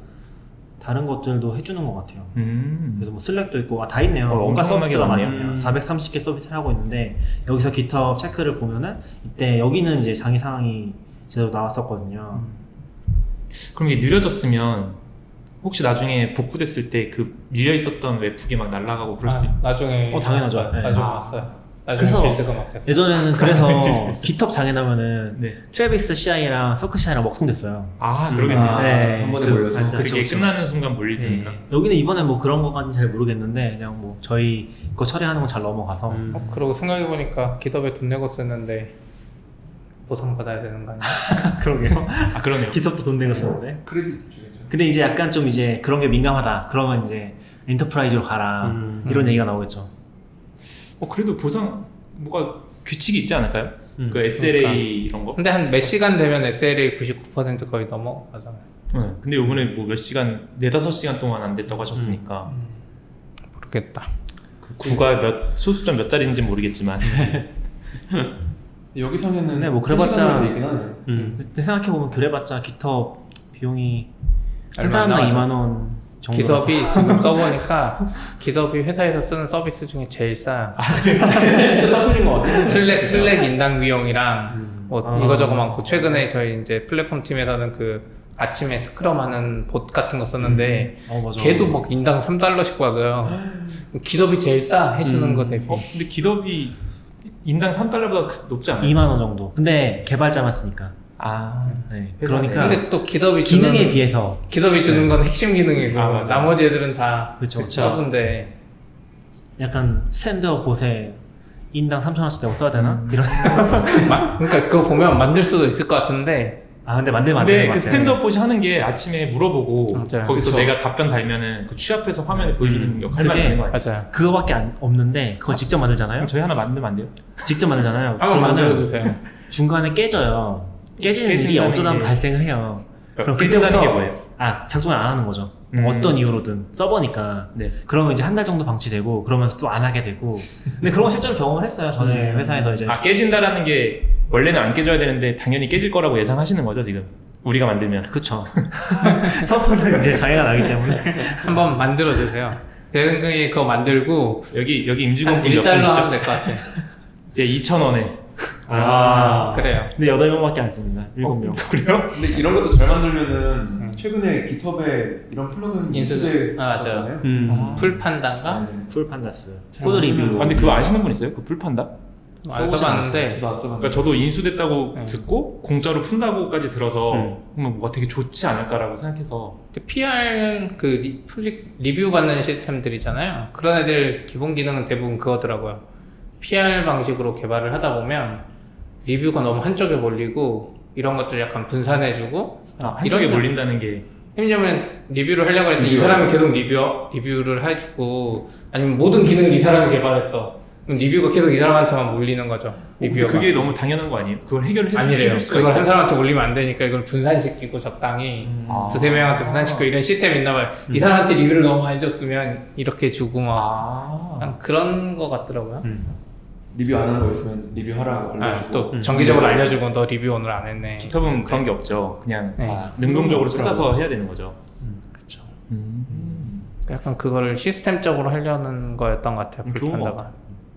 Speaker 6: 다른 것들도 해주는 것 같아요.
Speaker 4: 음.
Speaker 6: 그래서 뭐 슬랙도 있고 아, 다 있네요.
Speaker 4: 어,
Speaker 6: 뭔가
Speaker 4: 엄청나게
Speaker 6: 서비스가
Speaker 4: 많네요.
Speaker 6: 많네요.
Speaker 1: 음.
Speaker 6: 430개 서비스를 하고 있는데 여기서 깃허브 체크를 보면은 이때 여기는 이제 장애 상황이 제대로 나왔었거든요.
Speaker 4: 음. 그럼 이게 느려졌으면 혹시 나중에 복구됐을 때 그 밀려 있었던 웹북이 막 날아가고 그럴 수도 있
Speaker 2: 나중에
Speaker 6: 어, 당연하죠.
Speaker 2: 왔어요.
Speaker 6: 네.
Speaker 2: 나중에
Speaker 4: 아.
Speaker 2: 왔어요. 나중에
Speaker 6: 그래서-
Speaker 2: 빌드가 막 됐어요.
Speaker 6: 예전에는 그래서 깃허브 장애 나면은
Speaker 4: 네.
Speaker 6: 트래비스 CI랑 서크 CI랑 먹통됐어요.
Speaker 2: 음.
Speaker 4: 아 그러겠네요.
Speaker 5: 아,
Speaker 6: 네.
Speaker 5: 한 번에
Speaker 6: 그-
Speaker 5: 몰려서.
Speaker 6: 맞아.
Speaker 4: 그게
Speaker 6: 그쵸, 그쵸.
Speaker 4: 끝나는 순간
Speaker 2: 예.
Speaker 4: 몰릴
Speaker 6: 네.
Speaker 4: 테니까.
Speaker 6: 여기는 이번에 뭐 그런 것까지는 잘 모르겠는데 그냥 뭐 저희 거 처리하는 건 잘 넘어가서
Speaker 1: 음.
Speaker 2: 어, 그러고 생각해보니까 기덥에 돈 내고 썼는데 보상받아야 되는 거 아니야?
Speaker 6: 그러게요
Speaker 4: 아 그러네요.
Speaker 6: 기톱도 돈 내고 썼는데
Speaker 5: 크레딧 주겠죠.
Speaker 6: 근데 이제 약간 좀 이제 그런 게 민감하다 그러면 이제 엔터프라이즈로 가라
Speaker 1: 음.
Speaker 6: 이런
Speaker 2: 음.
Speaker 6: 얘기가 나오겠죠
Speaker 4: 어 그래도 보상 뭐가 규칙이 있지 않을까요?
Speaker 1: 음,
Speaker 4: 그 SLA
Speaker 2: 그러니까.
Speaker 4: 이런 거.
Speaker 2: 근데 한 몇 시간 되면 SLA 99% 거의 넘어가잖아요.
Speaker 4: 네. 근데 요번에 뭐 몇 시간 네다섯 시간 동안 안 됐다고 하셨으니까
Speaker 2: 모르겠다.
Speaker 4: 그 구가 몇 소수점 몇 자리인지 모르겠지만
Speaker 5: 여기 성에는
Speaker 6: 네, 뭐 그래봤자-
Speaker 5: 있긴 하네요.
Speaker 1: 음.
Speaker 6: 근데 생각해보면 그래봤자 기톱 비용이 한
Speaker 2: 얼마
Speaker 6: 사람당
Speaker 2: 안
Speaker 6: 2만원 정도
Speaker 2: 기덥이 지금 써보니까 기덥이 회사에서 쓰는 서비스 중에 제일 싸요.
Speaker 6: 아,
Speaker 5: 진짜 싸구린 것 같아요.
Speaker 2: 슬랙 슬랙 인당 비용이랑 뭐
Speaker 6: 아.
Speaker 2: 이거저거 많고 최근에 저희 이제 플랫폼 팀에서는 그 아침에 스크럼 하는 봇 같은 거 썼는데
Speaker 6: 어 맞아
Speaker 2: 걔도 막 인당 3달러씩 받아요. 기덥이 제일 싸 해주는 거 대비.
Speaker 4: 어 근데 기덥이 인당 3달러보다 높지 않아요?
Speaker 6: 2만원 정도 근데 개발자만 쓰니까
Speaker 4: 뭐- 아
Speaker 6: 네. 그러니까
Speaker 2: 근데 또 기덥이 주는
Speaker 6: 기능에 비해서
Speaker 2: 기덥이 주는 건 핵심 기능이고
Speaker 4: 아, 맞아.
Speaker 2: 나머지 애들은 다
Speaker 6: 그쵸. 그쵸.
Speaker 2: 서브인데
Speaker 6: 약간 스탠드업 곳에 인당 3천원씩 내고 써야 되나? 이런
Speaker 2: 마- 그러니까 그거 보면 만들 수도 있을 것 같은데
Speaker 6: 아 근데 만들면 안 되는
Speaker 4: 근데
Speaker 6: 것
Speaker 4: 그
Speaker 6: 같아요.
Speaker 4: 스탠드업 봇이 하는 게 아침에 물어보고
Speaker 2: 맞아요.
Speaker 4: 거기서
Speaker 2: 그쵸.
Speaker 4: 내가 답변 달면은 그 취합해서 화면에 보여주는 역할만
Speaker 6: 그게-
Speaker 4: 하는 거 아니에요?
Speaker 2: 맞아요.
Speaker 6: 그거밖에 안- 없는데 그걸 직접 만들잖아요.
Speaker 4: 그럼 저희 하나 만들면 안 돼요?
Speaker 6: 직접 만들잖아요.
Speaker 2: 한번 만들어 주세요.
Speaker 6: 중간에 깨져요. 깨지는 일이
Speaker 4: 깨진다는
Speaker 6: 어쩌다
Speaker 4: 게-
Speaker 6: 발생을 해요. 그럼
Speaker 4: 그러니까 깨진다는
Speaker 6: 그때부터-
Speaker 4: 게 뭐예요?
Speaker 6: 아 작동을 안 하는 거죠.
Speaker 4: 음.
Speaker 6: 어떤 이유로든 써보니까
Speaker 4: 네.
Speaker 6: 그러면 이제 한 달 정도 방치되고 그러면서 또 안 하게 되고 근데 그런 거 실제로 경험을 했어요. 전에
Speaker 1: 음.
Speaker 6: 회사에서 이제
Speaker 4: 아 깨진다라는 게 원래는 안 깨져야 되는데 당연히 깨질 거라고 예상하시는 거죠 지금 우리가 만들면
Speaker 6: 그쵸. 서버는 이제 장애가 나기 때문에
Speaker 2: 한번 만들어 주세요. 대근이 그거 만들고
Speaker 4: 여기 여기
Speaker 2: 한
Speaker 4: 임직원분
Speaker 2: 1달러 하면
Speaker 4: 몇분이시죠?
Speaker 2: 될 것 같아.
Speaker 4: 예, 2천 원에
Speaker 6: 아,
Speaker 2: 그래요.
Speaker 6: 근데 여덟 명밖에 안 씁니다. 일곱 명.
Speaker 4: 그래요?
Speaker 5: 근데 이런 것도 잘 만들면은 최근에 깃허브에 이런 플러그인
Speaker 2: 인쇄-
Speaker 5: 인수돼
Speaker 2: 아, 맞아요.
Speaker 5: 갔잖아요.
Speaker 1: 음.
Speaker 4: 아.
Speaker 2: 풀 판단가?
Speaker 5: 네.
Speaker 6: 풀 판다스
Speaker 5: 잘
Speaker 6: 코드 리뷰.
Speaker 5: 만들면-
Speaker 4: 아, 근데 그거 아시는 분 있어요? 그 풀판다?
Speaker 2: 안 써봤는데
Speaker 5: 저도 안 써봤는데
Speaker 4: 그러니까 저도 인수됐다고
Speaker 2: 네.
Speaker 4: 듣고 공짜로 푼다고까지 들어서
Speaker 1: 음.
Speaker 4: 그러면 뭔가 되게 좋지 않을까라고 생각해서
Speaker 2: PR은 그 리, 플릭 리뷰 받는 시스템들이잖아요. 그런 애들 기본 기능은 대부분 그거더라고요. PR 방식으로 개발을 하다 보면 리뷰가 너무 한쪽에 몰리고 이런 것들 약간 분산해주고
Speaker 4: 아,
Speaker 2: 이런
Speaker 4: 한쪽에
Speaker 2: 생각-
Speaker 4: 몰린다는 게
Speaker 2: 왜냐면 리뷰를 하려고 했더니 이
Speaker 5: 리뷰.
Speaker 2: 사람이 계속 리뷰 리뷰를 해주고 아니면 모든 기능을 이 사람이 개발했어. 그럼 리뷰가 계속 이 사람한테만 몰리는 거죠.
Speaker 4: 근데
Speaker 2: 리뷰가.
Speaker 4: 그게 너무 당연한 거 아니에요? 그걸 해결을 해-
Speaker 2: 아니래요.
Speaker 4: 해줄 수가
Speaker 2: 그걸
Speaker 4: 있어요.
Speaker 2: 한 사람한테 몰리면 안 되니까 이걸 분산시키고 적당히
Speaker 4: 아.
Speaker 2: 두세 명한테 분산시키고 이런 시스템이 있나 봐요. 이 사람한테 리뷰를 너무 많이 줬으면 이렇게 주고 막
Speaker 4: 아.
Speaker 2: 약간 그런 거 같더라고요.
Speaker 5: 리뷰 안 한 거 있으면 리뷰하라고
Speaker 2: 아,
Speaker 5: 알려주고 음.
Speaker 2: 또
Speaker 6: 음.
Speaker 2: 정기적으로 알려주고 너 리뷰 오늘 안 했네.
Speaker 4: 기톱은 그런 게 없죠. 그냥
Speaker 2: 네.
Speaker 4: 다 능동적으로 찾아서 해야 되는 거죠.
Speaker 2: 그쵸.
Speaker 4: 음.
Speaker 2: 약간 그거를 시스템적으로 하려는 거였던 것 같아요.
Speaker 4: 음,
Speaker 2: 그렇게
Speaker 4: 좋은 것
Speaker 2: 한다가.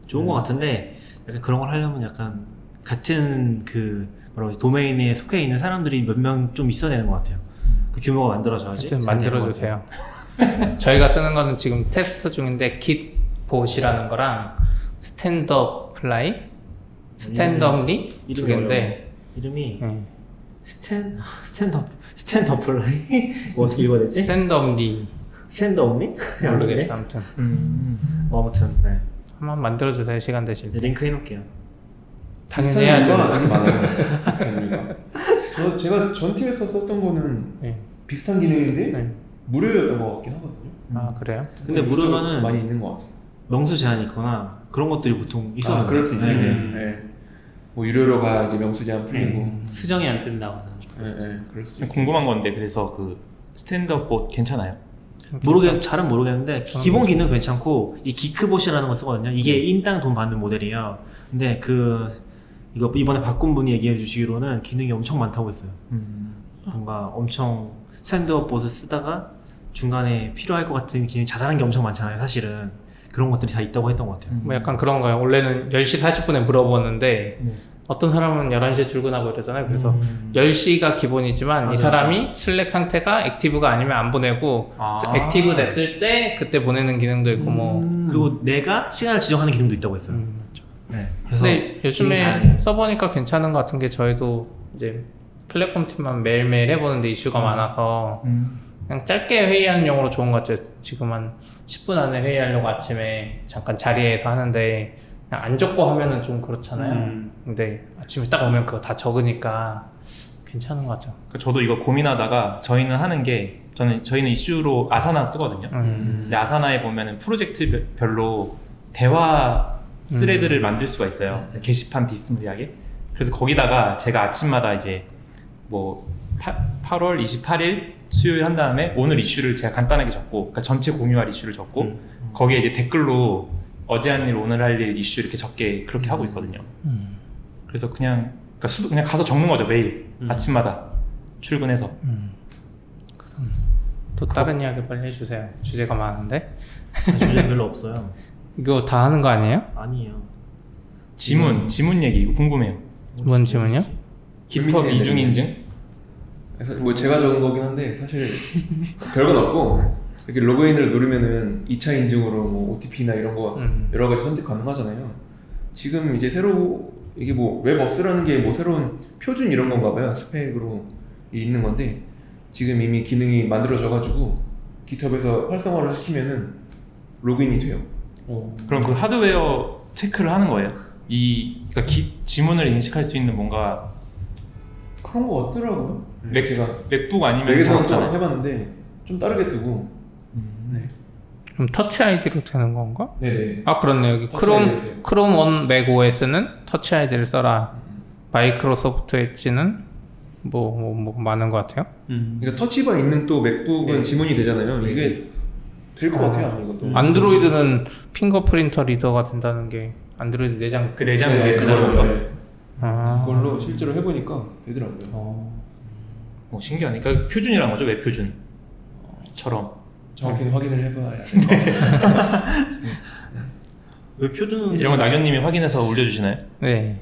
Speaker 6: 좋은 것 같은데 약간 그런 걸 하려면 약간 같은 그 뭐라고 하지 도메인에 속해 있는 사람들이 몇 명 좀 있어야 되는 것 같아요. 그 규모가 만들어져야지.
Speaker 2: 하여튼 만들어주세요. 저희가 쓰는 거는 지금 테스트 중인데 깃봇이라는 거랑 스탠드업 플라이, 스탠드업리
Speaker 6: 이름이
Speaker 2: 두 개인데
Speaker 6: 음. 이름이
Speaker 2: 네.
Speaker 6: 스탠 스탠더 스탠더 플라이 이거 어떻게 읽어야 되지?
Speaker 2: 스탠드업리
Speaker 6: 스탠더 없니?
Speaker 2: 모르겠어 아무튼
Speaker 4: 음.
Speaker 6: 뭐 아무튼 네.
Speaker 2: 한번 만들어주세요 시간 되실
Speaker 6: 이제
Speaker 2: 때
Speaker 6: 링크 해놓을게요. 음.
Speaker 2: 당연히 해야
Speaker 5: 비슷한
Speaker 2: 돼요.
Speaker 5: 이유가 되게 많아요. 비슷한 이유가. 저 음. 제가 전 팀에서 썼던 거는
Speaker 2: 네.
Speaker 5: 비슷한 기능인데
Speaker 2: 네.
Speaker 6: 음.
Speaker 5: 무료였던 것 같긴 하거든요.
Speaker 2: 아 그래요?
Speaker 6: 근데
Speaker 5: 이쪽으로
Speaker 6: 무료면은-
Speaker 5: 많이 있는 것 같아요.
Speaker 6: 명수 제한이 있거나 그런 것들이 보통 있어요.
Speaker 5: 아, 그럴 수 있네요.
Speaker 1: 음.
Speaker 5: 네. 뭐 유료로 가야 이제 명수 제한 풀리고.
Speaker 1: 수정이 안 뜬다거나
Speaker 5: 네, 음. 네, 그럴 수 있어요.
Speaker 4: 궁금한 건데 그래서 그 스탠드업 봇 괜찮아요?
Speaker 6: 모르겠 잘은 모르겠는데 기-
Speaker 2: 저는 네.
Speaker 6: 기본 기능 은 괜찮고 이 기크봇이라는 걸 쓰거든요. 이게 인당 돈 받는 모델이에요. 근데 그 이거 이번에 바꾼 분이 얘기해 주시기로는 기능이 엄청 많다고 했어요.
Speaker 4: 음.
Speaker 6: 뭔가 엄청 스탠드업 봇을 쓰다가 중간에 필요할 것 같은 기능 자잘한 게 엄청 많잖아요. 사실은 그런 것들이 다 있다고 했던 것 같아요.
Speaker 2: 뭐 약간 그런 거예요. 원래는 10시 40분에 물어보는데
Speaker 4: 네.
Speaker 2: 어떤 사람은 11시에 출근하고 이러잖아요. 그래서
Speaker 6: 음.
Speaker 2: 10시가 기본이지만 이
Speaker 6: 맞아,
Speaker 2: 사람이 슬랙 상태가 액티브가 아니면 안 보내고
Speaker 4: 아.
Speaker 2: 액티브 됐을 때 그때 보내는 기능도 있고
Speaker 6: 음.
Speaker 2: 뭐
Speaker 1: 음.
Speaker 5: 음.
Speaker 6: 그리고 내가 시간을 지정하는 기능도 있다고 했어요.
Speaker 2: 음,
Speaker 6: 네. 그래서
Speaker 2: 근데
Speaker 6: 기능 다
Speaker 2: 요즘에
Speaker 6: 있어요.
Speaker 2: 써보니까 괜찮은 것 같은 게 저희도 이제 플랫폼 팀만 매일매일 해보는데 이슈가 많아서
Speaker 4: 음.
Speaker 2: 그냥 짧게 회의하는 용으로 좋은 것 같아요. 지금 한 10분 안에 회의하려고 아침에 잠깐 자리에서 하는데 그냥 안 적고 하면은 좀 그렇잖아요.
Speaker 1: 음.
Speaker 2: 근데 아침에 딱 오면 그거 다 적으니까 괜찮은 것 같죠.
Speaker 4: 그러니까 저도 이거 고민하다가 저희는 하는 게 저는 저희는 이슈로 아사나 쓰거든요.
Speaker 2: 음.
Speaker 4: 근데 아사나에 보면은 프로젝트별로 대화 스레드를 만들 수가 있어요. 게시판 비스무리하게. 그래서 거기다가 제가 아침마다 이제 뭐 8, 월 28일 수요일 한 다음에 오늘 이슈를 제가 간단하게 적고, 그러니까 전체 공유할 이슈를 적고, 거기에 이제 댓글로 어제 한 일, 오늘 할 일 이슈 이렇게 적게 그렇게 하고 있거든요. 그래서 그냥 그러니까 수도 그냥 가서 적는 거죠 매일
Speaker 1: 음.
Speaker 4: 아침마다 출근해서.
Speaker 2: 또 다른 이야기 빨리 해주세요. 주제가 많은데
Speaker 6: 아, 주제 별로 없어요.
Speaker 2: 이거 다 하는 거 아니에요?
Speaker 6: 아니에요.
Speaker 4: 지문 지문 얘기 이거 궁금해요.
Speaker 2: 뭔 질문이요?
Speaker 4: 깃허
Speaker 5: 재밌게
Speaker 4: 이중
Speaker 5: 해드리네.
Speaker 4: 인증?
Speaker 5: 그래서 뭐 제가 적은 거긴 한데 사실 별건 없고 이렇게 로그인을 누르면은 2차 인증으로 뭐 OTP나 이런 거
Speaker 2: 음.
Speaker 5: 여러 가지 선택 가능하잖아요. 지금 이제 새로 이게 뭐 웹어스라는 게 뭐 새로운 표준 이런 건가 봐요. 스펙으로 있는 건데 지금 이미 기능이 만들어져 가지고 깃허브에서 활성화를 시키면은 로그인이 돼요.
Speaker 4: 그럼 그 하드웨어 체크를 하는 거예요? 이 그러니까 기, 지문을 인식할 수 있는 뭔가
Speaker 5: 그런 거 같더라고요. 네,
Speaker 4: 맥-
Speaker 5: 제가
Speaker 4: 맥북 아니면 잘
Speaker 5: 외계상은 좀
Speaker 4: 없잖아요.
Speaker 5: 해봤는데 좀 다르게 뜨고 네.
Speaker 2: 그럼 터치 아이디로 되는 건가?
Speaker 5: 네네.
Speaker 2: 아 그렇네요. 여기
Speaker 5: 터치
Speaker 2: 크롬
Speaker 5: 아이디로 돼요.
Speaker 2: 크롬 온 맥 OS는 터치 아이디를 써라. 마이크로소프트 엣지는 뭐, 뭐, 뭐 많은 것 같아요.
Speaker 5: 그러니까 터치바 있는 또 맥북은 지문이 되잖아요. 이게 될 것 같아요, 아마 이것도.
Speaker 2: 안드로이드는 핑거프린터 리더가 된다는 게 안드로이드 내장
Speaker 4: 그 내장
Speaker 5: 네,
Speaker 4: 위에 그대로.
Speaker 5: 그걸로,
Speaker 2: 아,
Speaker 5: 그걸로 실제로 해보니까 되더라고요.
Speaker 4: 어, 신기하네. 그러니까 표준이란 거죠, 웹 표준처럼.
Speaker 5: 정확히 확인을 해봐야 돼.
Speaker 6: 왜 표준
Speaker 4: 이런 거 나경님이 확인해서 올려주시나요?
Speaker 2: 네.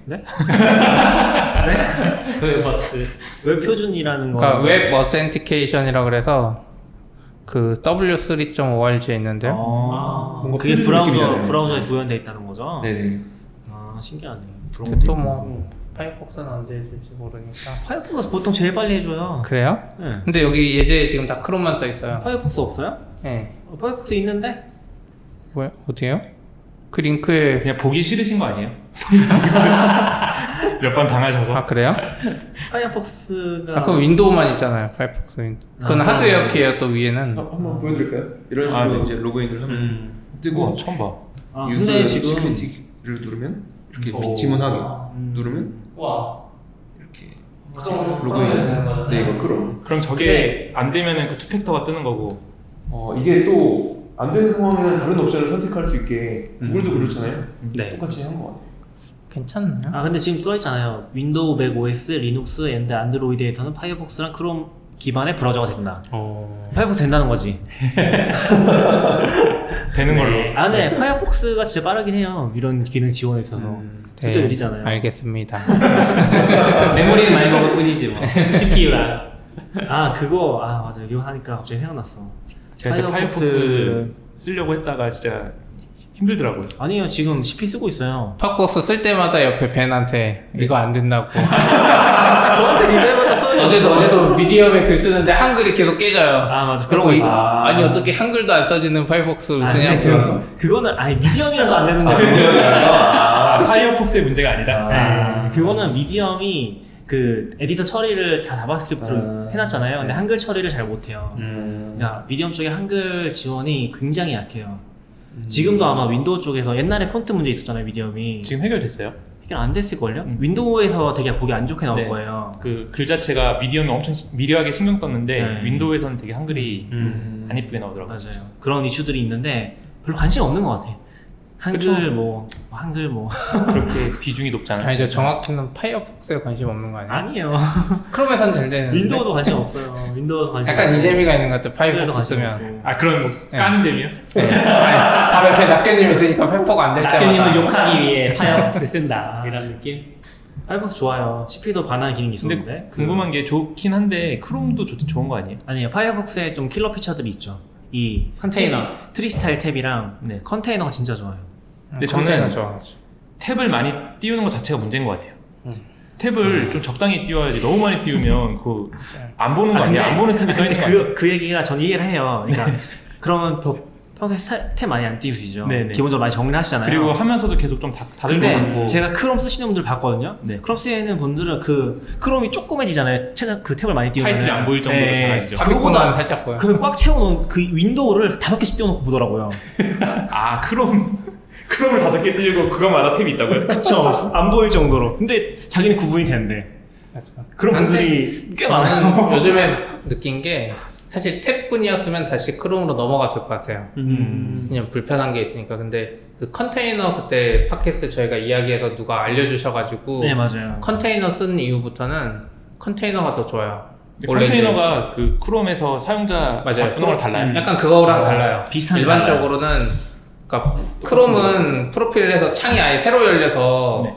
Speaker 6: 왜 표준이라는 거?
Speaker 2: 그러니까 웹 어센티케이션이라 그래서 그 W3.org에 있는데요.
Speaker 6: 아,
Speaker 5: 뭔가
Speaker 6: 그게
Speaker 5: 표준
Speaker 6: 브라우저
Speaker 5: 느낌이잖아요. 네.
Speaker 6: 브라우저에 구현돼 있다는 거죠.
Speaker 5: 네네.
Speaker 6: 아 신기하네요. 그런 것도
Speaker 2: 또
Speaker 6: 있고.
Speaker 2: 뭐
Speaker 5: 음.
Speaker 2: 파이어폭스는 언제 해줄지 모르니까
Speaker 6: 파이어폭스 보통 제일 빨리
Speaker 5: 아.
Speaker 6: 해줘요.
Speaker 2: 그래요?
Speaker 6: 네.
Speaker 2: 근데 여기 예제에 지금 다 크롬만 써 있어요
Speaker 6: 파이어폭스 없어요?
Speaker 2: 네
Speaker 5: 음.
Speaker 6: 어, 파이어폭스 있는데
Speaker 2: 뭐야? 어떻게요? 그 링크에
Speaker 4: 그냥 보기 싫으신 거 아니에요? 몇 번 당하셔서
Speaker 2: 아 그래요?
Speaker 6: 파이어폭스가
Speaker 2: 아 그럼 윈도우만 있잖아요 파이어폭스 윈도우 그건
Speaker 6: 아,
Speaker 2: 하드웨어 키예요 또 위에는
Speaker 5: 한- 한번 보여드릴까요? 이런 식으로
Speaker 4: 아, 네.
Speaker 5: 이제 로그인을 하면
Speaker 6: 음.
Speaker 5: 뜨고
Speaker 4: 어, 처음 봐.
Speaker 6: 아, 근데
Speaker 5: 유저
Speaker 6: 지금
Speaker 5: 시큐리티를 누르면 이렇게
Speaker 1: 어.
Speaker 4: 오.
Speaker 1: 아.
Speaker 5: 지문하기
Speaker 6: 음.
Speaker 5: 누르면
Speaker 2: 와
Speaker 5: 이렇게
Speaker 1: 음.
Speaker 2: 그럼
Speaker 1: 아,
Speaker 5: 로그인. 네 이거 크롬.
Speaker 4: 그럼 저게 안 되면은 그 투팩터가 뜨는 거고.
Speaker 5: 어, 이게 또 안 되는 상황에는 다른 옵션을 선택할 수 있게 구글도 그렇잖아요.
Speaker 1: 네.
Speaker 5: 똑같이 한 것 같아요.
Speaker 2: 괜찮네요
Speaker 6: 아 근데 지금 써 있잖아요. 윈도우 100 OS, 리눅스, 앤드 안드로이드에서는 파이어폭스랑 크롬 기반의 브라우저가 된다.
Speaker 1: 어...
Speaker 6: 파이어폭스 된다는 거지.
Speaker 4: 되는 걸로.
Speaker 6: 아, 네. 파이어폭스가 진짜 빠르긴 해요. 이런 기능 지원에 있어서.
Speaker 1: 음.
Speaker 6: 절대 느리잖아요.
Speaker 2: 네, 알겠습니다
Speaker 1: 그러니까 메모리는 많이 먹을 뿐이지 뭐 CPU랑
Speaker 6: 아, 그거. 아, 맞아. 이거 하니까 갑자기 생각났어.
Speaker 4: 제가 진짜 파이어폭스 그
Speaker 6: 파이어폭스를-
Speaker 4: 쓰려고 했다가 진짜 힘들더라고요.
Speaker 6: 아니요. 지금 CP 쓰고 있어요.
Speaker 2: 팝박스 쓸 때마다 옆에 벤한테 이거 안 된다고
Speaker 6: 저한테 네. 리뷰해봤자 소용이
Speaker 2: 어제도 어제도 미디엄에 글 쓰는데 한글이 계속 깨져요
Speaker 6: 아, 맞아.
Speaker 2: 그러고 이,
Speaker 6: 있어.
Speaker 5: 아.
Speaker 2: 아니 어떻게 한글도 안 써지는 파이어폭스를
Speaker 6: 아,
Speaker 2: 쓰냐고
Speaker 6: 근데 그, 그거는 아예 미디엄이라서 안 되는 거예요.
Speaker 4: 아, 파이어폭스의 문제가 아니다.
Speaker 6: 네, 그거는 미디엄이 그 에디터 처리를 다 자바스크립트로
Speaker 5: 아.
Speaker 6: 해놨잖아요. 근데 한글 처리를 잘 못해요.
Speaker 5: 음.
Speaker 6: 그러니까 미디엄 쪽에 한글 지원이 굉장히 약해요. 지금도 아마 윈도우 쪽에서 옛날에 폰트 문제 있었잖아요, 미디엄이.
Speaker 4: 지금 해결됐어요.
Speaker 6: 해결 안 됐을걸요?
Speaker 4: 음.
Speaker 6: 윈도우에서 되게 보기 안 좋게 나올
Speaker 4: 네.
Speaker 6: 거예요.
Speaker 4: 그 글 자체가 미디엄이 엄청 시- 미려하게 신경 썼는데
Speaker 6: 네.
Speaker 4: 윈도우에서는 되게 한글이
Speaker 5: 음.
Speaker 4: 안 이쁘게 나오더라고요.
Speaker 6: 맞아요. 그런 이슈들이 있는데 별로 관심 없는 것 같아. 한글
Speaker 4: 그쵸.
Speaker 6: 뭐 한글 뭐
Speaker 4: 그렇게 비중이 높잖아요.
Speaker 2: 아니 저 정확히는 파이어폭스에 관심 없는 거 아니에요?
Speaker 6: 아니에요.
Speaker 2: 크롬에선 잘 되는데
Speaker 6: 윈도우도 관심 없어요. 윈도우도 관심.
Speaker 2: 약간 이
Speaker 6: 없고.
Speaker 2: 재미가 있는 것 같아요
Speaker 6: 한글도
Speaker 2: 파이어폭스
Speaker 6: 관심
Speaker 2: 쓰면
Speaker 6: 없고.
Speaker 4: 아 그런 뭐 까는 재미요?
Speaker 2: 네. 아니, 바로 옆에 낙견님 있으니까 페퍼가 안 될 때마다
Speaker 1: 낙교님을 욕하기 위해 파이어폭스 쓴다 이런 느낌?
Speaker 6: 파이버스 좋아요. CP도 반하는 기능이
Speaker 4: 근데
Speaker 6: 있었는데.
Speaker 4: 궁금한 게 좋긴 한데 크롬도 좋, 좋은 거 아니에요?
Speaker 6: 아니에요. 파이어폭스에 좀 킬러 피처들이 있죠. 이
Speaker 1: 컨테이너
Speaker 6: 트리스타일 탭이랑
Speaker 4: 네.
Speaker 6: 컨테이너가 진짜 좋아요.
Speaker 4: 근데
Speaker 2: 컨테이너
Speaker 4: 저는
Speaker 2: 좋아하죠.
Speaker 4: 탭을 많이 띄우는 것 자체가 문제인 것 같아요.
Speaker 6: 음.
Speaker 4: 탭을 좀 적당히 띄워야지 너무 많이 띄우면 그 안 보는 거
Speaker 6: 아,
Speaker 4: 아,
Speaker 6: 근데-
Speaker 4: 니야안 보는 탭이 떠
Speaker 6: 근데
Speaker 4: 있는 거 아니야?
Speaker 6: 그, 그 얘기가 전 이해를 해요. 그러니까 그러면 벽- 평소에 스타- 탭 많이 안 띄우시죠.
Speaker 4: 네네.
Speaker 6: 기본적으로 많이 정리를 하시잖아요.
Speaker 4: 그리고 하면서도 계속 좀 다, 다들 것
Speaker 6: 근데
Speaker 4: 같고
Speaker 6: 제가 크롬 쓰시는 분들 봤거든요.
Speaker 4: 네.
Speaker 6: 크롬 쓰시는 분들은 그 크롬이 조그매지잖아요. 채- 그 탭을 많이 띄우면
Speaker 4: 타이틀이 안 보일 정도로 작아지죠.
Speaker 2: 바비코나는 살짝 보여.
Speaker 6: 그걸 꽉 채워놓은 그 윈도우를 다섯 개씩 띄워놓고 보더라고요.
Speaker 4: 아 크롬 크롬을 다섯 개 띄우고 그거마다 탭이 있다고요?
Speaker 6: 그쵸. 안 보일 정도로. 근데 자기는 구분이 된대. 그런 분들이 꽤 많아요.
Speaker 2: 저는 요즘에 느낀 게 사실 탭뿐이었으면 다시 크롬으로 넘어갔을 것 같아요.
Speaker 6: 음.
Speaker 2: 그냥 불편한 게 있으니까. 근데 그 컨테이너 그때 팟캐스트 저희가 이야기해서 누가 알려주셔가지고
Speaker 6: 네, 맞아요.
Speaker 2: 컨테이너 쓴 이후부터는 컨테이너가 더 좋아요. 원래 이제
Speaker 4: 컨테이너가 그 크롬에서 사용자
Speaker 2: 맞아요.
Speaker 4: 바꾸는 랑 달라요. 어.
Speaker 2: 음, 약간 그거랑 달라요.
Speaker 6: 비슷한데
Speaker 2: 일반적으로는 그러니까 크롬은 프로필에서 창이 아예 새로 열려서
Speaker 4: 네.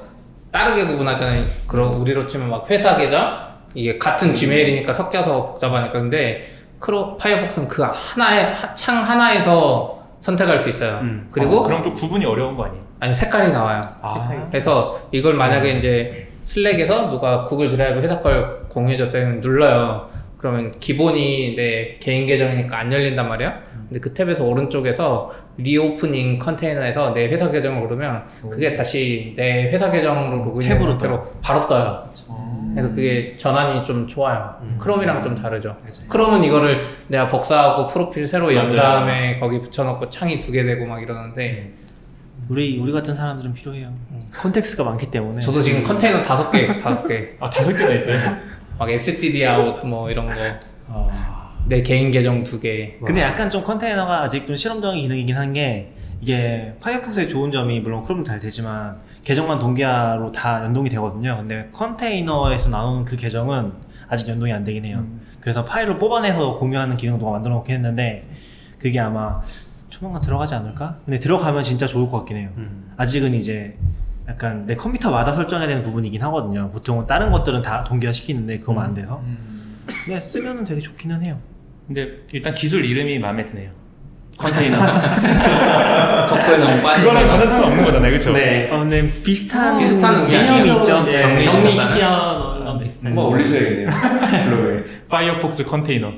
Speaker 2: 다르게 구분하잖아요. 그럼 우리로 치면 막 회사 계좌 이게 같은 지메일이니까 섞여서 복잡하니까 근데 크롬 파이어폭스는 그 하나의 하- 창 하나에서 선택할 수 있어요.
Speaker 1: 음.
Speaker 2: 그리고
Speaker 4: 어, 그럼 좀 구분이 어려운 거 아니에요?
Speaker 2: 아니 색깔이 나와요.
Speaker 4: 아,
Speaker 2: 그래서 이걸 만약에 이제 슬랙에서 누가 구글 드라이브 회사 걸 공유해줬어요. 눌러요. 그러면 기본이 내 개인 계정이니까 안 열린단 말이야. 근데 그 탭에서 오른쪽에서 리오프닝 컨테이너에서 내 회사 계정을 누르면 그게 다시 내 회사 계정으로 로그인
Speaker 6: 탭으로
Speaker 2: 상태로 바로 떠요. 그래서 그게 전환이 좀 좋아요. 크롬이랑 좀 다르죠. 크롬은 이거를 내가 복사하고 프로필 새로 연
Speaker 4: 맞아요.
Speaker 2: 다음에 거기 붙여놓고 창이 두 개 되고 막 이러는데
Speaker 6: 우리 우리 같은 사람들은 필요해요. 컨텍스트가 많기 때문에.
Speaker 2: 저도 지금 컨테이너 다섯 개 있어, 다섯 개.
Speaker 4: 아 다섯 개나 있어요?
Speaker 2: 막 STD 아웃 뭐 이런 거 내
Speaker 6: 아.
Speaker 2: 개인 계정 두개
Speaker 6: 근데 약간 좀 컨테이너가 아직 좀 실험적인 기능이긴 한 게 이게 파이어폭스의 좋은 점이 물론 크롬도 잘 되지만 계정만 동기화로 다 연동이 되거든요. 근데 컨테이너에서 나오는 그 계정은 아직 연동이 안 되긴 해요. 그래서 파일을 뽑아내서 공유하는 기능을 누가 만들어 놓긴 했는데 그게 아마 조만간 들어가지 않을까? 근데 들어가면 진짜 좋을 것 같긴 해요.
Speaker 1: 음.
Speaker 6: 아직은 이제 약간 내 컴퓨터마다 설정해야 되는 부분이긴 하거든요. 보통은 다른 것들은 다 동기화 시키는데 그거만 안 돼서. 근데 쓰면은 되게 좋기는 해요.
Speaker 4: 근데 일단 기술 이름이 마음에 드네요. 컨테이너가
Speaker 2: 덕후에 너무 빠진
Speaker 4: 그거랑
Speaker 2: 거죠.
Speaker 4: 전혀 상관없는 거잖아요, 그렇죠?
Speaker 1: 네.
Speaker 3: 어, 네, 비슷한,
Speaker 2: 비슷한
Speaker 3: 개념이
Speaker 2: 의미로,
Speaker 3: 있죠.
Speaker 2: 예.
Speaker 1: 네,
Speaker 2: 정리시켰다는?
Speaker 1: 정리시켜 넣은 건 비슷한.
Speaker 5: 한번 올리셔야겠네요. 블로그에.
Speaker 4: 파이어폭스 컨테이너.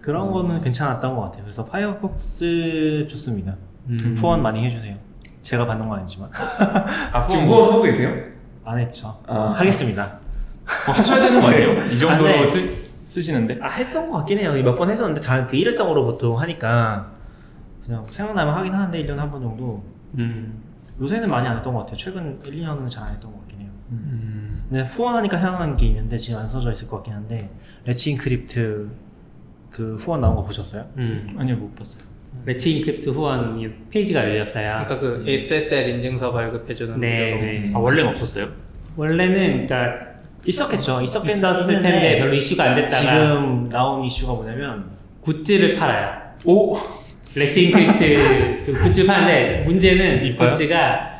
Speaker 3: 그런 거는 괜찮았던 것 같아요. 그래서 파이어폭스 좋습니다.
Speaker 1: 음.
Speaker 3: 후원 많이 해주세요. 제가 받는 건 아니지만.
Speaker 4: 아,
Speaker 5: 지금 뭐
Speaker 4: 후원
Speaker 5: 후원하고 계세요?
Speaker 3: 안 했죠.
Speaker 5: 아.
Speaker 3: 하겠습니다.
Speaker 4: 뭐 하셔야 되는 거 아니에요? 이 정도로
Speaker 6: 아, 네.
Speaker 4: 쓰, 쓰시는데?
Speaker 6: 아, 했던 것 같긴 해요. 몇 번 했었는데 다 그 일회성으로 보통 하니까 그냥 생각나면 하긴 하는데 1년에 한 번 정도.
Speaker 4: 음.
Speaker 6: 요새는 많이 안 했던 것 같아요. 최근 1, 2년은 잘 안 했던 것 같긴 해요.
Speaker 5: 음.
Speaker 6: 근데 후원하니까 생각난 게 있는데 지금 안 써져 있을 것 같긴 한데 레츠 인크립트 그 후원 나온 거 보셨어요?
Speaker 1: 음.
Speaker 4: 아니요, 못 봤어요.
Speaker 1: 레츠 인크립트 후원이 페이지가 열렸어요.
Speaker 2: 그러니까 그 SSL 인증서 발급해주는
Speaker 1: 네,
Speaker 2: 무료로.
Speaker 1: 네.
Speaker 4: 아, 원래는 없었어요?
Speaker 1: 원래는 그러니까
Speaker 6: 있었겠죠. 있었겠는데
Speaker 1: 있었을 텐데 별로 이슈가 안 됐다가
Speaker 6: 지금 나온 이슈가 뭐냐면
Speaker 1: 굿즈를 팔아요.
Speaker 4: 네. 오!
Speaker 1: 레츠 인크립트 그 굿즈 파는데 문제는 이
Speaker 4: 이뻐요?
Speaker 1: 굿즈가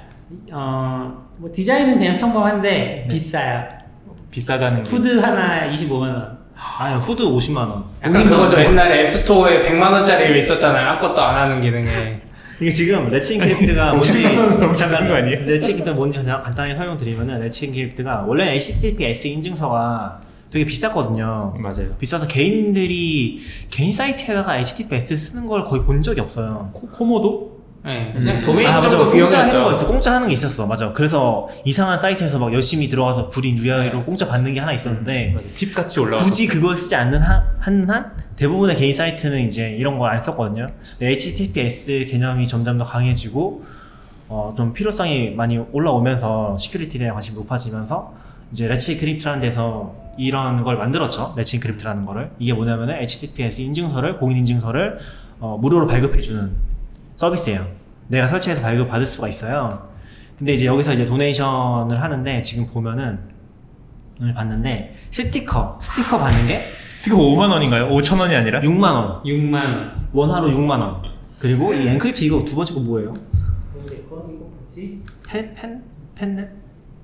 Speaker 1: 어, 뭐 디자인은 그냥 평범한데
Speaker 4: 네.
Speaker 1: 비싸요.
Speaker 4: 비싸다는 게.
Speaker 1: 푸드 하나 25만 원.
Speaker 6: 아 후드 50만 원.
Speaker 2: 약간
Speaker 6: 뭐
Speaker 2: 그거죠. 옛날에 앱스토어에 100만 원짜리 있었잖아요. 아무것도 안 하는 기능에.
Speaker 6: 이게 지금 레츠 인크립트가 뭔지
Speaker 4: 50만 원 넘는 거 아니에요?
Speaker 6: 레츠 인크립트 뭔지 그냥 간단히 설명드리면은 레츠 인크립트가 원래 HTTPS 인증서가 되게 비쌌거든요.
Speaker 4: 맞아요.
Speaker 6: 비싸서 개인들이 개인 사이트에다가 HTTPS 쓰는 걸 거의 본 적이 없어요.
Speaker 4: 코, 모도
Speaker 2: 네. 그냥
Speaker 5: 음.
Speaker 2: 도메인
Speaker 6: 아 맞아
Speaker 2: 정도
Speaker 6: 공짜 하는 거 있어
Speaker 2: 비용이었죠.
Speaker 6: 공짜 하는 게 있었어 맞아 그래서 이상한 사이트에서 막 열심히 들어가서 불인
Speaker 2: 네.
Speaker 6: 유야로 공짜 받는 게 하나 있었는데
Speaker 2: 음.
Speaker 4: 팁같이 올라왔어.
Speaker 6: 굳이 그걸 쓰지 않는 한, 한, 한 대부분의 개인 사이트는 이제 이런 걸 안 썼거든요 근데 HTTPS 개념이 점점 더 강해지고 어, 좀 필요성이 많이 올라오면서 시큐리티에 대한 관심이 높아지면서 이제 레츠 크립트라는 데서 이런 걸 만들었죠 레츠 크립트라는 거를 이게 뭐냐면은 HTTPS 인증서를 공인 인증서를 어, 무료로 발급해주는 서비스예요. 내가 설치해서 발급 받을 수가 있어요. 근데 이제 여기서 이제 도네이션을 하는데 지금 보면은 오늘 봤는데 스티커 스티커 받는 게
Speaker 4: 스티커 5만 원인가요? 5천 원이 아니라?
Speaker 6: 6만 원
Speaker 1: 6만 원.
Speaker 6: 원화로 6만 원 그리고 이 엔크립트 이거 두 번째 거 뭐예요?
Speaker 1: 근데 그건 이거 뭐지?
Speaker 6: 펜펜 펜넷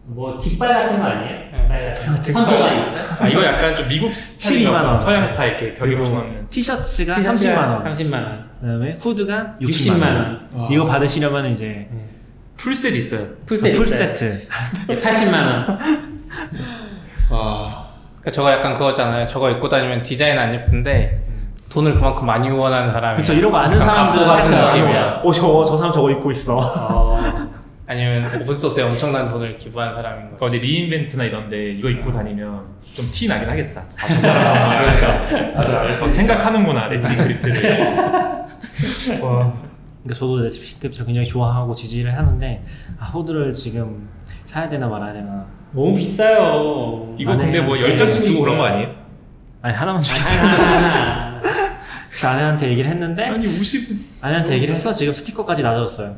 Speaker 1: 뭐 깃발 같은 거 아니에요?
Speaker 2: 네.
Speaker 1: 깃발 같은 거. 선조가 있는데?
Speaker 4: 아, 이거 약간 좀 미국 스타일인가
Speaker 6: 12만 원.
Speaker 4: 보다. 서양 스타일 이렇게 벽에 붙여놓는.
Speaker 6: 티셔츠가 30만 원
Speaker 1: 30만 원.
Speaker 6: 그다음에 후드가 60만,
Speaker 1: 60만
Speaker 6: 원.
Speaker 1: 원.
Speaker 6: 이거 받으시려면 이제
Speaker 4: 풀셋 있어요.
Speaker 1: 풀세트.
Speaker 6: 풀 세트
Speaker 1: 80만 네, 원.
Speaker 5: 아,
Speaker 2: 그러니까 저거 약간 그거잖아요. 저거 입고 다니면 디자인 안 예쁜데
Speaker 4: 음.
Speaker 2: 돈을 그만큼 많이 후원하는 사람이.
Speaker 6: 그쵸 이런 거 아는 네.
Speaker 2: 약간
Speaker 6: 사람들은
Speaker 2: 갑부 같은
Speaker 6: 하시는
Speaker 2: 느낌이야.
Speaker 6: 거예요. 어, 저저 사람 저거 입고 있어
Speaker 1: 어,
Speaker 2: 아니면 오픈소스에 엄청난 돈을 기부한 사람인 거죠.
Speaker 4: 그러니까 어디 리인벤트나 이런데 이거 입고 다니면 좀 티 나긴 하겠다. 아, 저 사람 그렇죠.
Speaker 5: 다들 알
Speaker 4: 더 생각하는구나, 레지 그립트를.
Speaker 6: 그러니까 저도 레시피급을 굉장히 좋아하고 지지를 하는데 아, 호드를 지금 사야 되나 말아야 되나
Speaker 1: 너무 비싸요.
Speaker 4: 이거 근데 뭐
Speaker 6: 아내한테-
Speaker 4: 열정식 주고 그런 거 아니에요?
Speaker 6: 아니 하나만 주겠지
Speaker 1: 하나, 하나.
Speaker 6: 그래서 아내한테 얘기를 했는데
Speaker 4: 아니 50.
Speaker 6: 아내한테 얘기를 해서 지금 스티커까지 놔줬어요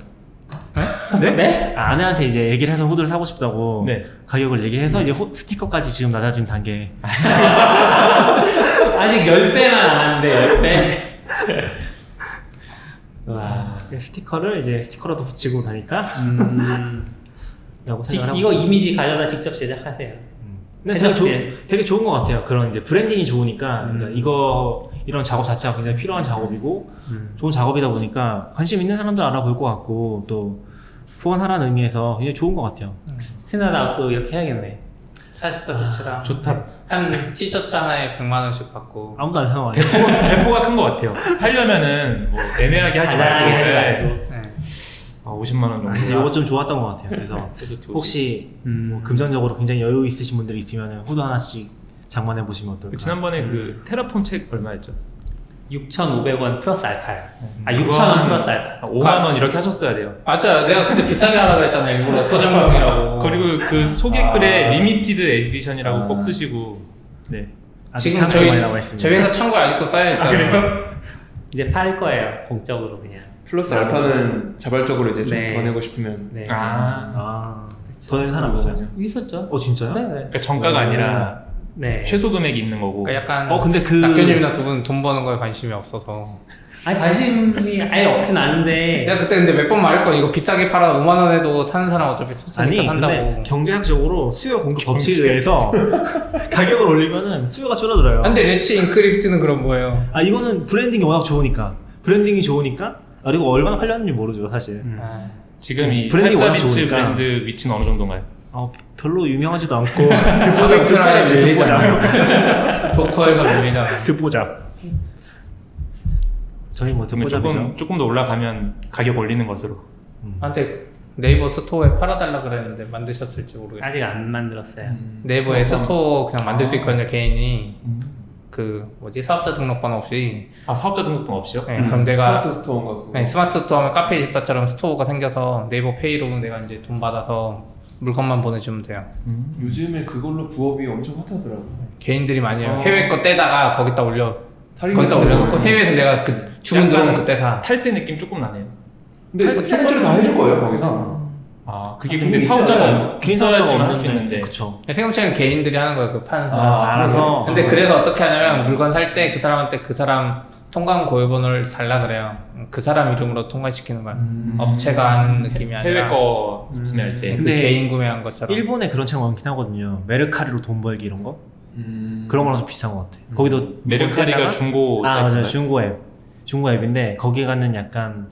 Speaker 4: 네? 네?
Speaker 6: 아, 아내한테 이제 얘기를 해서 호드를 사고 싶다고
Speaker 4: 네.
Speaker 6: 가격을
Speaker 1: 음.
Speaker 6: 얘기해서 이제 호, 스티커까지 지금 낮아진 단계
Speaker 1: 아직 10배만 안 하는데, 10배. 와.
Speaker 6: 네, 스티커를 이제 스티커라도 붙이고 다니까
Speaker 1: 음,
Speaker 6: 라고
Speaker 1: 지,
Speaker 6: 생각을 하고
Speaker 1: 이거 이미지 가져다 직접 제작하세요.
Speaker 6: 근데 되게,
Speaker 1: 해석지.
Speaker 6: 좋- 되게 좋은 것 같아요 그런 이제 브랜딩이 좋으니까
Speaker 1: 음.
Speaker 6: 그러니까 이거 이런 작업 자체가 굉장히 필요한 작업이고
Speaker 1: 음.
Speaker 6: 좋은 작업이다 보니까 관심 있는 사람도 알아볼 것 같고 또 후원하라는 의미에서 굉장히 좋은 것 같아요.
Speaker 1: 음. 스탠다드아웃도 이렇게 해야겠네.
Speaker 2: 40도 배치랑
Speaker 4: 좋다.
Speaker 2: 한 티셔츠 하나에 100만 원씩 받고
Speaker 6: 아무도 안 사와요.
Speaker 4: 뭐 배포가, 배포가 큰 거 같아요. 하려면은 뭐 애매하게 하지
Speaker 1: 자잘하게 하지
Speaker 4: 말고.
Speaker 1: 말고.
Speaker 2: 네.
Speaker 4: 아 50만 원
Speaker 6: 그래서
Speaker 4: 정도.
Speaker 6: 이거 좀 좋았던 것 같아요. 그래서 혹시
Speaker 2: 음.
Speaker 6: 뭐 금전적으로 굉장히 여유 있으신 분들이 있으면 후드 하나씩 장만해 보시면
Speaker 4: 그
Speaker 6: 어떨까.
Speaker 4: 지난번에 그 테라폼 책 얼마였죠?
Speaker 1: 6,500원 플러스 알파요. 아,
Speaker 4: 그건-
Speaker 1: 6,000원 플러스 알파.
Speaker 4: 아, 5만 원 이렇게 하셨어야 돼요.
Speaker 2: 맞아 내가 그때 비싸게 하라고 했잖아 일부러 소정품이라고
Speaker 4: 그리고 그 소개 글에
Speaker 5: 아.
Speaker 4: 리미티드 에디션이라고
Speaker 5: 아.
Speaker 4: 꼭 쓰시고. 네.
Speaker 6: 아직
Speaker 2: 지금
Speaker 6: 참여
Speaker 2: 저희
Speaker 6: 많이 남아 있습니다.
Speaker 2: 저희 회사 창고에 아직도 쌓여있어요 그러니까
Speaker 1: 이제 팔 거예요. 공적으로 그냥.
Speaker 5: 플러스 알파는 자발적으로 이제 좀
Speaker 1: 네.
Speaker 5: 더 내고 싶으면
Speaker 1: 네.
Speaker 4: 아.
Speaker 6: 아, 더 내는 사람 없어요.
Speaker 1: 있었죠?
Speaker 6: 어 진짜요?
Speaker 1: 네, 네.
Speaker 4: 그러니까 정가가 아니라
Speaker 1: 네.
Speaker 4: 최소 금액이 있는 거고.
Speaker 2: 그러니까 약간
Speaker 6: 어 근데 그
Speaker 2: 낙견님이나 두 분 돈 버는 거에 관심이 없어서
Speaker 1: 아니 관심이 아예 없진 않은데
Speaker 2: 내가 그때 근데 몇 번 말했거 이거 비싸게 팔아 5만 원에도 사는 사람 어차피 속사니까
Speaker 6: 아니
Speaker 2: 산다고.
Speaker 6: 근데 경제학적으로 수요 공급
Speaker 3: 경제.
Speaker 6: 법칙에 의해서 가격을 올리면은 수요가 줄어들어요.
Speaker 2: 근데 레치 인크리프트는 그럼 뭐예요?
Speaker 6: 아 이거는 브랜딩이 워낙 좋으니까 브랜딩이 좋으니까 아, 그리고 얼마나 팔렸는지 모르죠 사실.
Speaker 2: 아,
Speaker 4: 지금 이
Speaker 6: 브랜딩이 워낙
Speaker 4: 살사비치
Speaker 6: 좋으니까.
Speaker 4: 브랜드 위치는 어느 정도인가요?
Speaker 6: 아 별로 유명하지도 않고
Speaker 2: 그 소비자랑
Speaker 6: 듣보잡,
Speaker 2: 밀리잖아요.
Speaker 6: 그 듣보잡
Speaker 2: 도커에서 밀리잖아.
Speaker 6: 듣보잡. 저희 뭐
Speaker 4: 그러면
Speaker 6: 듣보잡이죠.
Speaker 4: 조금 조금 더 올라가면 가격 올리는 것으로.
Speaker 2: 아, 근데 네이버 스토어에 팔아달라 그랬는데 만드셨을지 모르겠네.
Speaker 1: 아직 안 만들었어요.
Speaker 5: 음.
Speaker 2: 네이버에 스토어 그냥 만들 수 있거든요 개인이
Speaker 4: 음.
Speaker 2: 그 뭐지 사업자 등록번호 없이.
Speaker 4: 아 사업자 등록증 없이요? 음.
Speaker 2: 네, 그럼 내가
Speaker 5: 스마트 스토어인가 그거.
Speaker 2: 네, 스마트 스토어면 카페 24처럼 스토어가 생겨서 네이버 페이로 내가 이제 돈 받아서 물건만 보내주면 돼요.
Speaker 5: 요즘에 그걸로 부업이 엄청
Speaker 2: 네.
Speaker 5: 핫하더라고.
Speaker 2: 개인들이 많이 해요.
Speaker 4: 어.
Speaker 2: 해외 거 떼다가 거기다 올려
Speaker 5: 탈의가
Speaker 2: 거기다
Speaker 5: 되는
Speaker 2: 올려놓고
Speaker 5: 거예요.
Speaker 2: 해외에서 내가 그 주문
Speaker 4: 약간
Speaker 2: 들어오면 그때 사.
Speaker 4: 탈세 느낌 조금 나네요.
Speaker 5: 근데 이거 출처를 다 해줄 거예요 거기서.
Speaker 4: 아 그게
Speaker 5: 아,
Speaker 4: 근데
Speaker 5: 개인
Speaker 4: 사업자가
Speaker 5: 있잖아요.
Speaker 4: 개인 사업자만 할 수 있는데.
Speaker 6: 네. 그쵸.
Speaker 2: 생각처럼 개인들이 하는 거예요. 그 파는 사람.
Speaker 5: 아,
Speaker 6: 알아서.
Speaker 2: 근데 그래서 어떻게 하냐면 물건 살 때 그 사람한테 그 사람 통관 고유번호를 달라 그래요. 그 사람 이름으로 통관시키는 거야.
Speaker 5: 음.
Speaker 2: 업체가 하는 느낌이 아니라
Speaker 4: 해외 거 구매할 때.
Speaker 2: 그
Speaker 6: 근데
Speaker 2: 개인 구매한 것처럼.
Speaker 6: 일본에 그런 책많긴 하거든요. 메르카리로 돈 벌기 이런 거
Speaker 5: 음.
Speaker 6: 그런 거랑 좀 비슷한 것 같아. 거기도
Speaker 4: 메르카리가 중고
Speaker 6: 아 맞아요
Speaker 4: 사이트인가요?
Speaker 6: 중고 앱 중고 앱인데 거기 가는 약간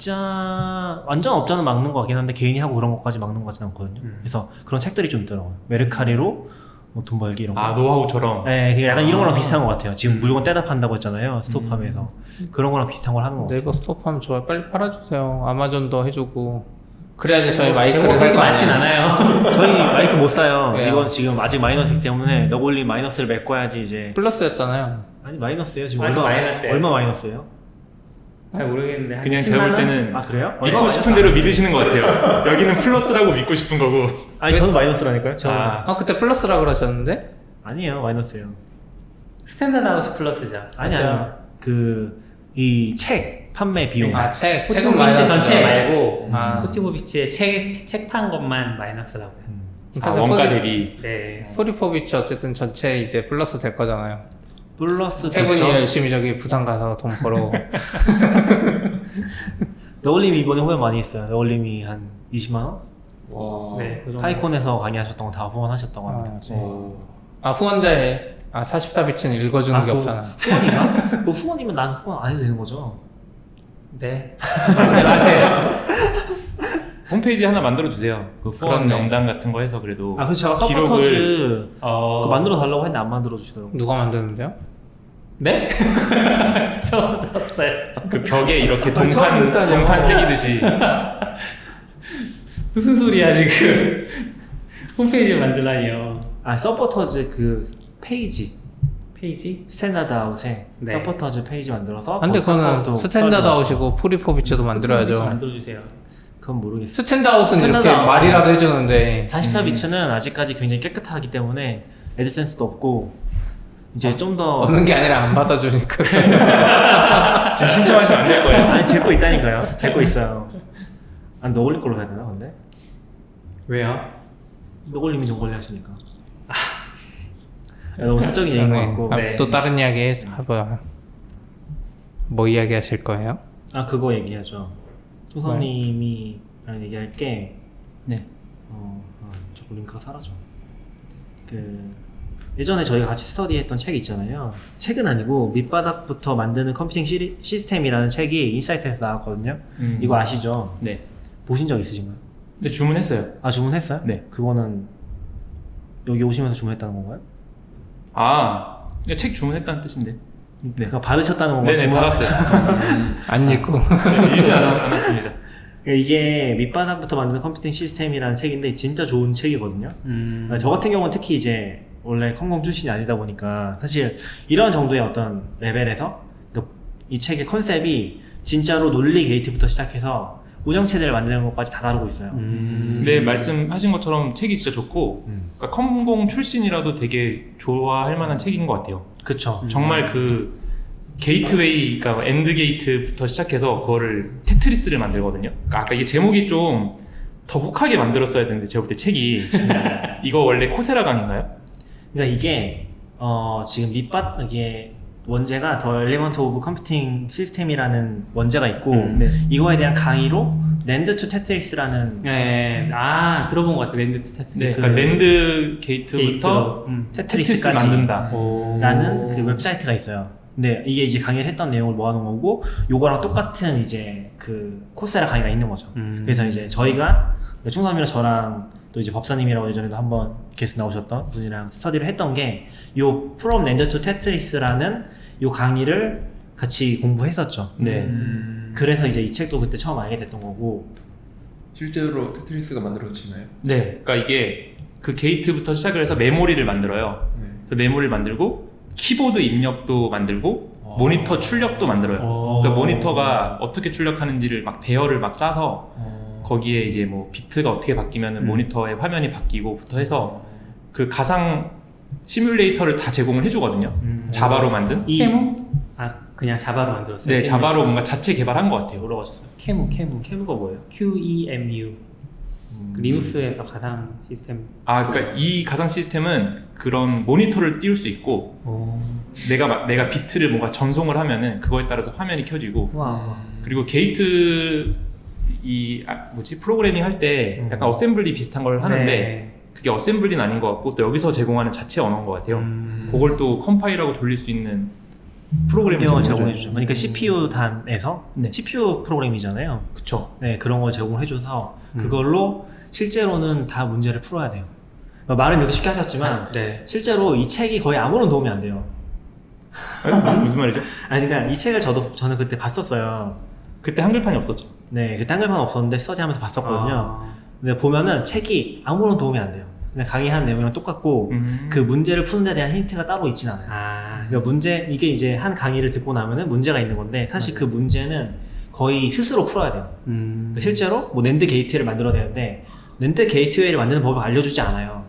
Speaker 6: 업자 완전 업자는 막는 것 같긴 한데 개인이 하고 그런 것까지 막는 것 같진 않거든요
Speaker 4: 음.
Speaker 6: 그래서 그런 책들이 좀 있더라고요 메르카리로 뭐 돈 벌기 이런 거
Speaker 4: 아 음. 노하우처럼
Speaker 6: 네, 그게 약간 이런 거랑 비슷한 것 같아요 지금 물건 떼다 판다고 했잖아요
Speaker 4: 음.
Speaker 6: 스톱팜에서 그런 거랑 비슷한 걸 하는 것 같아요
Speaker 2: 네이버 스토어하면 좋아요. 빨리 팔아주세요. 아마존도 해주고. 그래야지 저희 마이크를
Speaker 1: 재고가
Speaker 2: 살거
Speaker 1: 그렇게 많진
Speaker 2: 아니에요.
Speaker 1: 않아요.
Speaker 6: 저희 마이크 못 사요
Speaker 2: 왜요?
Speaker 6: 이건 지금 아직 마이너스이기 때문에 너 올린 마이너스를 메꿔야지 이제
Speaker 2: 플러스였잖아요.
Speaker 6: 아니 마이너스예요 지금
Speaker 1: 아직
Speaker 6: 얼마,
Speaker 1: 마이너스예요.
Speaker 6: 얼마 마이너스예요?
Speaker 1: 잘 모르겠는데 한
Speaker 4: 그냥
Speaker 1: 10만
Speaker 4: 제가 볼
Speaker 1: 원?
Speaker 4: 때는
Speaker 6: 아 그래요? 얼마
Speaker 4: 믿고 싶은 대로 믿으시는 것 같아요. 여기는 플러스라고 믿고 싶은 거고.
Speaker 6: 아니 저는 마이너스라니까요 저는
Speaker 4: 아,
Speaker 2: 아 그때 플러스라 그러셨는데?
Speaker 6: 아니에요 마이너스예요
Speaker 1: 스탠다드 하우스 플러스죠. 그
Speaker 6: 아니 아니 그이 책 판매 비용
Speaker 2: 아 책. 책은
Speaker 1: 포티보비치 전체
Speaker 2: 마이너스.
Speaker 1: 말고
Speaker 2: 아.
Speaker 1: 포티보비치의 책책판 것만 마이너스라고요.
Speaker 4: 아, 원가
Speaker 2: 포리-
Speaker 4: 대비.
Speaker 1: 네.
Speaker 2: 포리포비치 어쨌든 전체 이제 플러스 될 거잖아요.
Speaker 6: 플러스
Speaker 2: 세 분이
Speaker 6: 됐죠
Speaker 2: 열심히 저기 부산 가서 돈 벌어.
Speaker 6: 너울님이 이번에 후원 많이 했어요 너울님이 한 20만원?
Speaker 5: 와.
Speaker 1: 네. 그 정도.
Speaker 6: 타이콘에서 강의하셨던 거 다 후원하셨던 것 같아요
Speaker 2: 아,
Speaker 5: 네. 와.
Speaker 2: 아 후원자에 아 44비치는 읽어주는
Speaker 6: 아,
Speaker 2: 게
Speaker 6: 그-
Speaker 2: 없잖아.
Speaker 6: 후원이야? 그 후원이면 난 후원 안 해도 되는 거죠
Speaker 1: 네.
Speaker 2: 안돼 안돼.
Speaker 4: 홈페이지 하나 만들어 주세요. 그 후원
Speaker 2: 그렇네.
Speaker 4: 명단 같은 거 해서 그래도
Speaker 6: 아 그쵸 아까
Speaker 4: 기록을-
Speaker 6: 서포터즈
Speaker 4: 어,
Speaker 6: 그거 만들어 달라고 했는데 안 만들어 주시더라고요
Speaker 2: 누가 만드는데요?
Speaker 1: 네? 처음 들었어요.
Speaker 4: 그 벽에 이렇게
Speaker 5: 아, 처음
Speaker 4: 동판
Speaker 5: 듣다니요.
Speaker 4: 동판 새기듯이
Speaker 1: 무슨 소리야 지금? 홈페이지 만들라니요.
Speaker 6: 아 서포터즈 그 페이지
Speaker 1: 페이지?
Speaker 6: 스탠다드 아웃에
Speaker 1: 네.
Speaker 6: 서포터즈 페이지 만들어서
Speaker 2: 안돼 아, 그거는 스탠다드 아웃이고 포리포비치도 만들어야죠.
Speaker 1: 만들어주세요.
Speaker 6: 아, 그건 모르겠어요
Speaker 2: 스탠다드 아웃은
Speaker 6: 스탠다드
Speaker 2: 이렇게
Speaker 6: 아웃.
Speaker 2: 말이라도 해주는데
Speaker 6: 44비츠는 아직까지 굉장히 깨끗하기 때문에 애드센스도 없고 이제 좀 더
Speaker 2: 아, 없는 게 아니라 안 받아주니까.
Speaker 4: 지금 신청하시면 안 될 거예요.
Speaker 6: 아니 제거 있다니까요 제거 있어요 안 너올림 걸로 해야 되나 근데?
Speaker 1: 왜요?
Speaker 6: 너올림이 좀 걸려 하시니까 아, 너무 사적인 얘기인 것
Speaker 2: 네.
Speaker 6: 같고
Speaker 2: 아,
Speaker 1: 네.
Speaker 2: 또 다른 이야기 해봐요. 뭐 이야기 하실 거예요?
Speaker 6: 아 그거 얘기하죠
Speaker 2: 네.
Speaker 6: 총선님이랑 얘기할 게
Speaker 4: 네.
Speaker 6: 어, 아, 저 링크가 사라져. 그 예전에 저희가 같이 스터디했던 책 있잖아요. 책은 아니고 밑바닥부터 만드는 컴퓨팅 시리, 시스템이라는 책이 인사이트에서 나왔거든요.
Speaker 4: 음.
Speaker 6: 이거 아시죠?
Speaker 4: 네.
Speaker 6: 보신 적 있으신가요?
Speaker 4: 근데 네, 주문했어요.
Speaker 6: 아 주문했어요?
Speaker 4: 네.
Speaker 6: 그거는 여기 오시면서 주문했다는 건가요?
Speaker 4: 아, 그냥 책 주문했다는 뜻인데.
Speaker 6: 네. 그거 받으셨다는 건가요?
Speaker 4: 네네
Speaker 6: 주문-
Speaker 4: 받았어요.
Speaker 2: 안 읽고.
Speaker 4: 어, 네, 읽지 않- 않았습니다.
Speaker 6: 그러니까 이게 밑바닥부터 만드는 컴퓨팅 시스템이라는 책인데 진짜 좋은 책이거든요.
Speaker 1: 음.
Speaker 6: 아, 저 같은 경우는 특히 이제 원래 컴공 출신이 아니다 보니까 사실 이런 정도의 어떤 레벨에서 그러니까 이 책의 컨셉이 진짜로 논리 게이트부터 시작해서 운영체제를 만드는 것까지 다 다루고 있어요.
Speaker 1: 음.
Speaker 4: 근데 네, 말씀하신 것처럼 책이 진짜 좋고,
Speaker 6: 음.
Speaker 4: 그러니까 컴공 출신이라도 되게 좋아할 만한 책인 것 같아요.
Speaker 6: 그쵸.
Speaker 4: 정말 그 게이트웨이, 그러니까 엔드 게이트부터 시작해서 그거를 테트리스를 만들거든요. 그러니까 아까 이게 제목이 좀 더 혹하게 만들었어야 되는데 제가 볼 때 책이 이거 원래 코세라 강인가요?
Speaker 6: 그러니까 이게 어, 지금 밑바닥 이게 원제가 더 엘리먼트 오브 컴퓨팅 시스템이라는 원제가 있고
Speaker 1: 음,
Speaker 4: 네.
Speaker 6: 이거에 대한 강의로 랜드 투 테트리스라는
Speaker 1: 네. 아 들어본 것 같아. 랜드 스타트.
Speaker 4: 네, 그러니까 랜드 게이트부터
Speaker 1: 게이트로. 음.
Speaker 4: 테트리스
Speaker 6: 테트리스까지
Speaker 4: 만든다.
Speaker 1: 오.
Speaker 6: 라는 그 웹사이트가 있어요. 근데 이게 이제 강의를 했던 내용을 모아놓은 거고 요거랑 똑같은 이제 그 코스라 강의가 있는 거죠.
Speaker 1: 음.
Speaker 6: 그래서 이제 저희가 그 충삼이랑 저랑 또 이제 법사님이라고 예전에도 한번 게스트 나오셨던 분이랑 스터디를 했던 게 요 프롬 랜드 투 테트리스라는 요 강의를 같이 공부했었죠.
Speaker 4: 네.
Speaker 5: 음,
Speaker 6: 그래서 이제 이 책도 그때 처음 알게 됐던 거고
Speaker 5: 실제로 테트리스가 만들어지나요?
Speaker 4: 네. 그러니까 이게 그 게이트부터 시작을 해서 메모리를 만들어요.
Speaker 5: 네.
Speaker 4: 그래서 메모리를 만들고 키보드 입력도 만들고 모니터 출력도 만들어요.
Speaker 1: 오.
Speaker 4: 그래서 모니터가 어떻게 출력하는지를 막 배열을 막 짜서
Speaker 5: 어.
Speaker 4: 거기에 이제 뭐 비트가 어떻게 바뀌면 은
Speaker 1: 음.
Speaker 4: 모니터의 화면이 바뀌고부터 해서 그 가상 시뮬레이터를 다 제공을 해주거든요. 자바로 만든.
Speaker 6: 이-
Speaker 1: 캐무? 아 그냥 자바로 만들었어요.
Speaker 4: 네, 자바로 뭔가 자체 개발한 것 같아요. 물어보셨어요.
Speaker 1: 캐무 캐무 캐무가 뭐예요? Q E M U 리눅스에서 가상 시스템.
Speaker 4: 아, 그러니까 이 가상 시스템은 그런 모니터를 띄울 수 있고 내가 마- 내가 비트를 뭔가 전송을 하면은 그거에 따라서 화면이 켜지고
Speaker 1: 와.
Speaker 4: 그리고 게이트 이 아, 뭐지 프로그래밍 할 때 약간 어셈블리 비슷한 걸 하는데
Speaker 1: 음. 네.
Speaker 4: 그게 어셈블리는 아닌 것 같고 또 여기서 제공하는 자체 언어인 것 같아요.
Speaker 1: 음.
Speaker 4: 그걸 또 컴파일하고 돌릴 수 있는 프로그램을
Speaker 6: 환경을
Speaker 4: 제공해
Speaker 6: 제공해
Speaker 4: 주죠.
Speaker 6: 주죠. 그러니까 CPU 단에서
Speaker 4: 네.
Speaker 6: CPU 프로그램이잖아요.
Speaker 4: 그쵸. 음.
Speaker 6: 네, 그런 걸 제공해줘서 그걸로 실제로는 다 문제를 풀어야 돼요. 그러니까 말은 이렇게 쉽게 하셨지만
Speaker 1: 네.
Speaker 6: 실제로 이 책이 거의 아무런 도움이 안 돼요.
Speaker 4: 에? 무슨 말이죠?
Speaker 6: 아니, 그러니까 이 책을 저도 저는 그때 봤었어요.
Speaker 4: 그때 한글판이 없었죠.
Speaker 6: 네, 그 딴글판 없었는데 스터디하면서 봤었거든요.
Speaker 1: 아.
Speaker 6: 근데 보면은 책이 아무런 도움이 안 돼요. 그냥 강의하는 내용이랑 똑같고
Speaker 4: 음.
Speaker 6: 그 문제를 푸는 데 대한 힌트가 따로 있진 않아요.
Speaker 1: 아.
Speaker 6: 그러니까 문제 이게 이제 한 강의를 듣고 나면은 문제가 있는 건데 사실 그 문제는 거의 스스로 풀어야 돼요.
Speaker 1: 음.
Speaker 6: 그러니까 실제로 뭐 낸드 게이트웨이를 만들어야 되는데 낸드 게이트웨이를 만드는 법을 알려주지 않아요.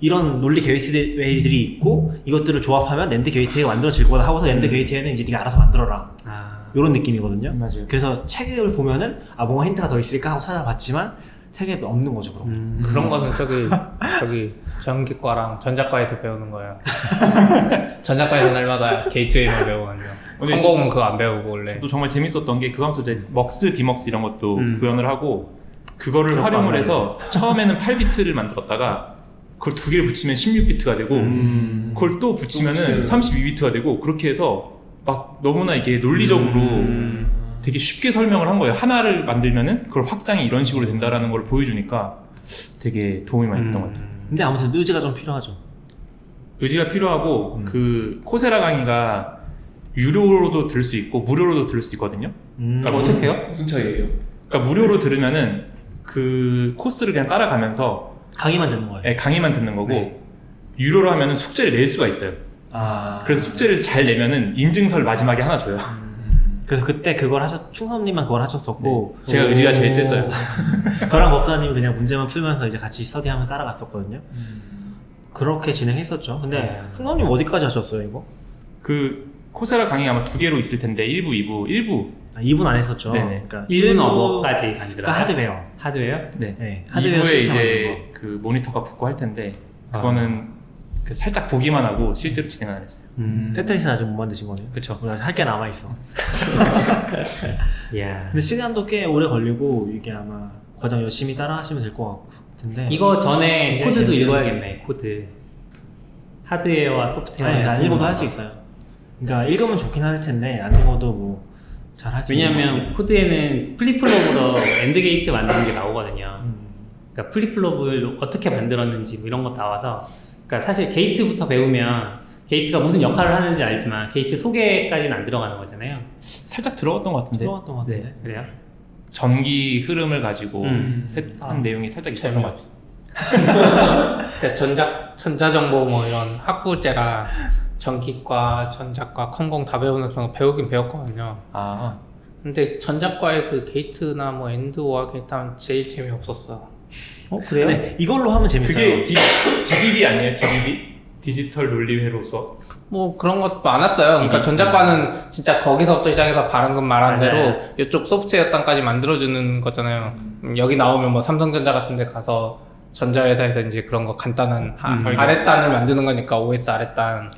Speaker 6: 이런 논리 게이트웨이들이 있고 이것들을 조합하면 낸드 게이트웨이가 만들어질 거다 하고서 낸드
Speaker 4: 음.
Speaker 6: 게이트웨이는 이제 네가 알아서 만들어라
Speaker 1: 아.
Speaker 6: 이런 느낌이거든요.
Speaker 4: 맞아요.
Speaker 6: 그래서 책을 보면은 아 뭔가 힌트가 더 있을까 하고 찾아봤지만 책에 없는 거죠 그런 거.
Speaker 1: 음.
Speaker 2: 그런 거는 저기 저기 전기과랑 전자과에서 배우는 거예요. 전자과에서 날마다 게이트웨이만 배우거든요.
Speaker 4: 오늘
Speaker 2: 컴공은 그거 안 배우고 원래.
Speaker 4: 또 정말 재밌었던 게 그거 하면서 이제 먹스, 디먹스 이런 것도
Speaker 1: 음.
Speaker 4: 구현을 하고 그거를
Speaker 1: 기억도 안
Speaker 4: 활용을
Speaker 1: 나요.
Speaker 4: 해서 처음에는 8비트를 만들었다가 그걸 두 개를 붙이면 16비트가 되고
Speaker 1: 음.
Speaker 4: 그걸 또 붙이면은 32비트가 되고 그렇게 해서 막 너무나 이게 논리적으로
Speaker 1: 음.
Speaker 4: 되게 쉽게 설명을 한 거예요. 하나를 만들면은 그걸 확장이 이런 식으로 된다라는 걸 보여주니까 되게 도움이 많이 됐던 것 같아요.
Speaker 6: 근데 아무튼 의지가 좀 필요하죠.
Speaker 4: 의지가 필요하고 그 코세라 강의가 유료로도 들을 수 있고 무료로도 들을 수 있거든요. 그러니까 어떻게 해요?
Speaker 5: 무슨 차이예요?
Speaker 4: 그러니까 무료로 들으면은 그 코스를 그냥 따라가면서
Speaker 6: 강의만 듣는 거예요.
Speaker 4: 예, 강의만 듣는 거고 유료로 하면은 숙제를 낼 수가 있어요.
Speaker 5: 아
Speaker 4: 그래서 숙제를 잘 내면은 인증서를 마지막에 하나 줘요.
Speaker 6: 그래서 그때 그걸 하셨 충섭님만 그걸 하셨었고
Speaker 4: 네. 제가 의지가 제일 셌어요.
Speaker 6: 저랑 법사님이 그냥 문제만 풀면서 이제 같이 스터디하면 따라갔었거든요. 그렇게 진행했었죠. 근데
Speaker 1: 네.
Speaker 6: 풍선님 어디까지 하셨어요 이거?
Speaker 4: 그 코세라 강의 아마 두 개로 있을 텐데 1부, 2부, 1부.
Speaker 6: 아, 2분 안 했었죠.
Speaker 4: 네네.
Speaker 6: 그러니까
Speaker 1: 1분
Speaker 6: 일부-
Speaker 1: 어버까지 만들어.
Speaker 6: 그러니까 하드웨어.
Speaker 1: 하드웨어요?
Speaker 4: 네.
Speaker 6: 네.
Speaker 4: 2부에
Speaker 6: 시스템
Speaker 4: 이제 그 모니터가 붙고 할 텐데
Speaker 6: 아.
Speaker 4: 그거는 그 살짝 보기만 하고 실제로 진행은 안 했어요.
Speaker 1: 음.
Speaker 6: 테트리스는 아직 못 만드신 거네요.
Speaker 4: 그렇죠.
Speaker 6: 할게 남아
Speaker 1: 네.
Speaker 6: 있어.
Speaker 1: 야.
Speaker 6: 근데 시간도 꽤 오래 걸리고 이게 아마 과정 열심히 따라하시면 될 것 같은데.
Speaker 1: 이거 전에
Speaker 6: 이제
Speaker 1: 코드도
Speaker 6: 이제-
Speaker 1: 읽어야겠네. 코드. 하드웨어와 소프트웨어.
Speaker 6: 아니 안 읽어도 네, 할 수 있어요. 그러니까 읽으면 좋긴 할 텐데 안 읽어도 뭐 잘 할 수. 있는
Speaker 1: 왜냐하면 코드에는 플립플롭으로 엔드게이트 만드는 게 나오거든요.
Speaker 6: 음.
Speaker 1: 그러니까 플립플롭을 어떻게 만들었는지 뭐 이런 거 나와서 그러니까 사실 게이트부터 배우면 게이트가 무슨 역할을 하는지 알지만 게이트 소개까지는 안 들어가는 거잖아요.
Speaker 6: 네.
Speaker 1: 네,
Speaker 4: 살짝 들어갔던 것 같은데
Speaker 6: 들어갔던 것 같은데.
Speaker 1: 그래요?
Speaker 4: 전기 흐름을 가지고
Speaker 1: 음.
Speaker 4: 했-
Speaker 2: 아.
Speaker 4: 한 내용이 살짝 있었던 것 같아요.
Speaker 2: 그러니까 전자 전자정보 뭐 이런 학부제라 전기과, 전자과, 컴공 다 배우는 거 배우긴 배웠거든요.
Speaker 4: 아,
Speaker 2: 근데 전자과의 그 게이트나 뭐 엔드와 게이트는 제일 재미없었어.
Speaker 1: 어 그래요?
Speaker 6: 네, 이걸로 하면 재밌어요.
Speaker 4: 그게 디, DBB 아니에요? DBB? 디지털 논리회로 수업?
Speaker 2: 뭐 그런 것도 많았어요. 그러니까 전자과는 진짜 거기서부터 시작해서 발음금 말한
Speaker 1: 맞아요.
Speaker 2: 대로 이쪽 소프트웨어 땅까지 만들어주는 거잖아요. 음, 여기 나오면 뭐 삼성전자 같은 데 가서 전자회사에서 이제 그런 거 간단한 아, 아랫단을 만드는 거니까 OS 아랫단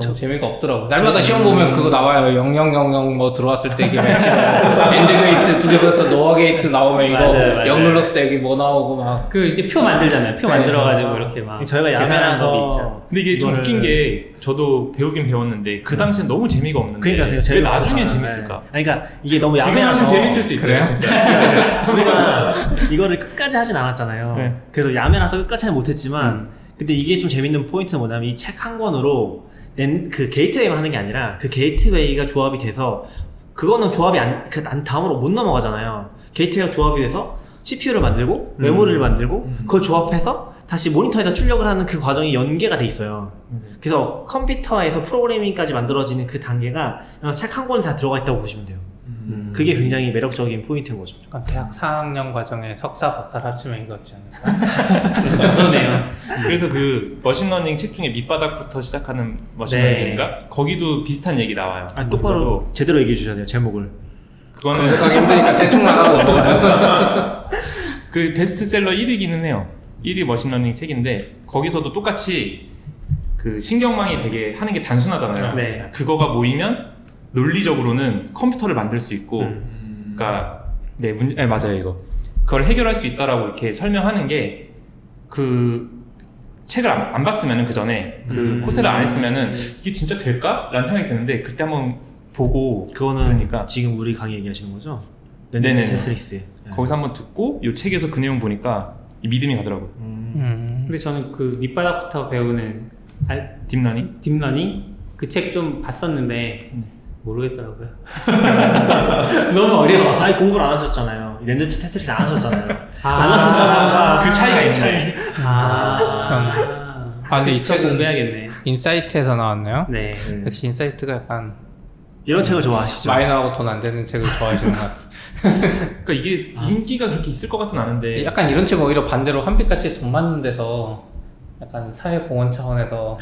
Speaker 2: 저 재미가 없더라고. 날마다 시험 보면 그거 나와요. 0000 뭐 들어왔을 때 이게 엔드 게이트 두개 벌써 노어 게이트 나오면 이거
Speaker 1: 맞아요, 맞아요.
Speaker 2: 0 눌렀을 때 여기 뭐 나오고 막
Speaker 1: 그 이제 표 만들잖아요. 표
Speaker 2: 네.
Speaker 1: 만들어가지고 이렇게 막
Speaker 6: 저희가
Speaker 1: 계산하는 법이 있잖아요.
Speaker 6: 야매라서
Speaker 4: 근데 이게 좀
Speaker 6: 이거를- 음.
Speaker 4: 웃긴 게 저도 배우긴 배웠는데 그 당시엔 너무 재미가 없는데
Speaker 6: 그러니까 그냥
Speaker 4: 왜
Speaker 6: 재미가
Speaker 4: 나중엔
Speaker 6: 없잖아요.
Speaker 4: 재밌을까?
Speaker 6: 네. 아니, 그러니까 이게 너무 네.
Speaker 4: 지금 하면
Speaker 6: 야매라서
Speaker 4: 재밌을 수 있어요.
Speaker 6: 우리가 이거를 끝까지 하진 않았잖아요.
Speaker 4: 네. 음.
Speaker 6: 그래서 야매라서 끝까지 하진 못했지만 근데 이게 좀 재밌는 포인트는 뭐냐면 이 책 한 권으로 낸 그 게이트웨이만 하는 게 아니라 그 게이트웨이가 조합이 돼서 그거는 조합이 안, 그, 안 다음으로 못 넘어가잖아요. 게이트웨이가 조합이 돼서 CPU를
Speaker 4: 음.
Speaker 6: 만들고 메모리를 만들고 그걸 조합해서 다시 모니터에다 출력을 하는 그 과정이 연계가 돼 있어요.
Speaker 4: 음.
Speaker 6: 그래서 컴퓨터에서 프로그래밍까지 만들어지는 그 단계가 책 한 권에 다 들어가 있다고 보시면 돼요.
Speaker 5: 음.
Speaker 6: 그게 굉장히 매력적인 포인트인 거죠.
Speaker 2: 약간 대학 4학년 과정에 석사 박사를 합치면 이거지 않을까?
Speaker 1: 그러네요.
Speaker 4: 그래서 그 머신러닝 책 중에 밑바닥부터 시작하는 머신러닝인가? 거기도 비슷한 얘기 나와요.
Speaker 6: 네. 아, 똑바로 제대로 얘기해 주셔야 돼요 제목을.
Speaker 4: 그거는
Speaker 2: 검색하기 힘드니까 대충만 하고 넘어가요.
Speaker 4: 그 베스트셀러 1위기는 해요. 1위 머신러닝 책인데 거기서도 똑같이 그 신경망이 되게 하는 게 단순하잖아요.
Speaker 1: 네.
Speaker 4: 그거가 모이면 논리적으로는 컴퓨터를 만들 수 있고,
Speaker 5: 음.
Speaker 4: 그러니까 네, 문, 네 맞아요 이거. 그걸 해결할 수 있다라고 이렇게 설명하는 게 그 책을 안, 안 봤으면은 그 전에 그
Speaker 1: 음.
Speaker 4: 코세를 안 했으면은 이게 진짜 될까? 라는 생각이 드는데 그때 한번 보고
Speaker 6: 그거는
Speaker 4: 그러니까.
Speaker 6: 지금 우리 강의 얘기하시는 거죠?
Speaker 4: 네네네.
Speaker 6: 랜디스 테스리스. 네.
Speaker 4: 거기서 한번 듣고 이 책에서 그 내용 보니까 이 믿음이 가더라고요.
Speaker 6: 음.
Speaker 1: 근데 저는 그 밑바닥부터 배우는 알-
Speaker 4: 딥러닝.
Speaker 1: 딥러닝 그 책 좀 봤었는데 모르겠더라고요. 너무 어려워.
Speaker 6: 아니 공부를 안 하셨잖아요. 랜디스 테스리스 안 하셨잖아요.
Speaker 1: 아.
Speaker 6: 안 하신 사람과
Speaker 4: 그 차이가 있네.
Speaker 1: 아,
Speaker 2: 아, 근데 이
Speaker 1: 더
Speaker 2: 책은
Speaker 1: 공부해야겠네.
Speaker 2: 인사이트에서 나왔네요.
Speaker 1: 네.
Speaker 6: 네.
Speaker 2: 역시 인사이트가 약간
Speaker 6: 이런 책을 좋아하시죠?
Speaker 2: 마이너하고 돈 안 되는 책을 좋아하시는 것 같아요.
Speaker 4: 그러니까 이게
Speaker 1: 아.
Speaker 4: 인기가 그렇게 있을 것 같진 않은데
Speaker 2: 약간 이런 책 오히려 반대로 한빛같이 돈 많은 데서 약간 사회공헌 차원에서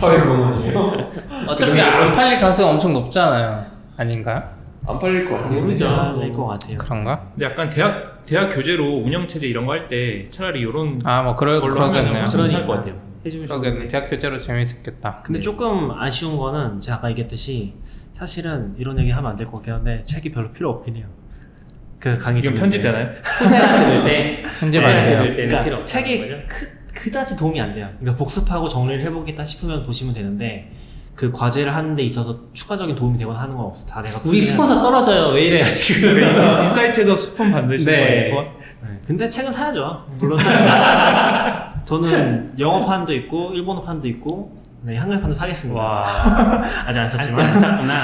Speaker 5: 사회공헌이에요?
Speaker 2: 어차피 안 팔릴 가능성이 엄청 높잖아요. 아닌가?
Speaker 5: 안 팔릴 것
Speaker 6: 일것
Speaker 5: 같아요.
Speaker 6: 그렇죠. 같아요.
Speaker 2: 그런가?
Speaker 4: 근데 약간 대학 대학 교재로 운영 체제 이런 거 할 때 차라리 이런
Speaker 2: 아, 뭐 그럴
Speaker 4: 걸로 하면
Speaker 2: 그러겠네요.
Speaker 4: 괜찮을 것 같아요.
Speaker 1: 해주면
Speaker 2: 그러겠네.
Speaker 1: 좋겠네.
Speaker 2: 대학 교재로 재밌었겠다.
Speaker 4: 네.
Speaker 6: 근데 조금 아쉬운 거는 제가 아까 얘기했듯이 사실은 이런 얘기 하면 안 될 것 같긴 한데 책이 별로 필요 없긴 해요. 그 강의
Speaker 4: 이건
Speaker 6: 듣는데.
Speaker 4: 편집되나요?
Speaker 1: 후세한테 들 때,
Speaker 2: 현재
Speaker 1: 네,
Speaker 2: 말이에요.
Speaker 1: 네, 네. 때는 필요
Speaker 6: 그러니까
Speaker 1: 없다는
Speaker 6: 책이 크, 그다지 도움이 안 돼요. 그러니까 복습하고 정리를 해보겠다 싶으면 보시면 되는데 그 과제를 하는 데 있어서 추가적인 도움이 되거나 하는 건 없어. 다 내가
Speaker 1: 우리
Speaker 6: 풀리는-
Speaker 1: 스폰서 떨어져요. 왜 이래요 지금?
Speaker 4: 인사이트에서 수폰 반드시
Speaker 1: 네.
Speaker 4: 후원?
Speaker 6: 네. 근데 책은 사야죠. 물론 사야죠. 저는 영어판도 있고 일본어판도 있고 네, 한글판도 사겠습니다.
Speaker 1: 와,
Speaker 6: 아직 안 샀지만.
Speaker 1: 안 샀구나.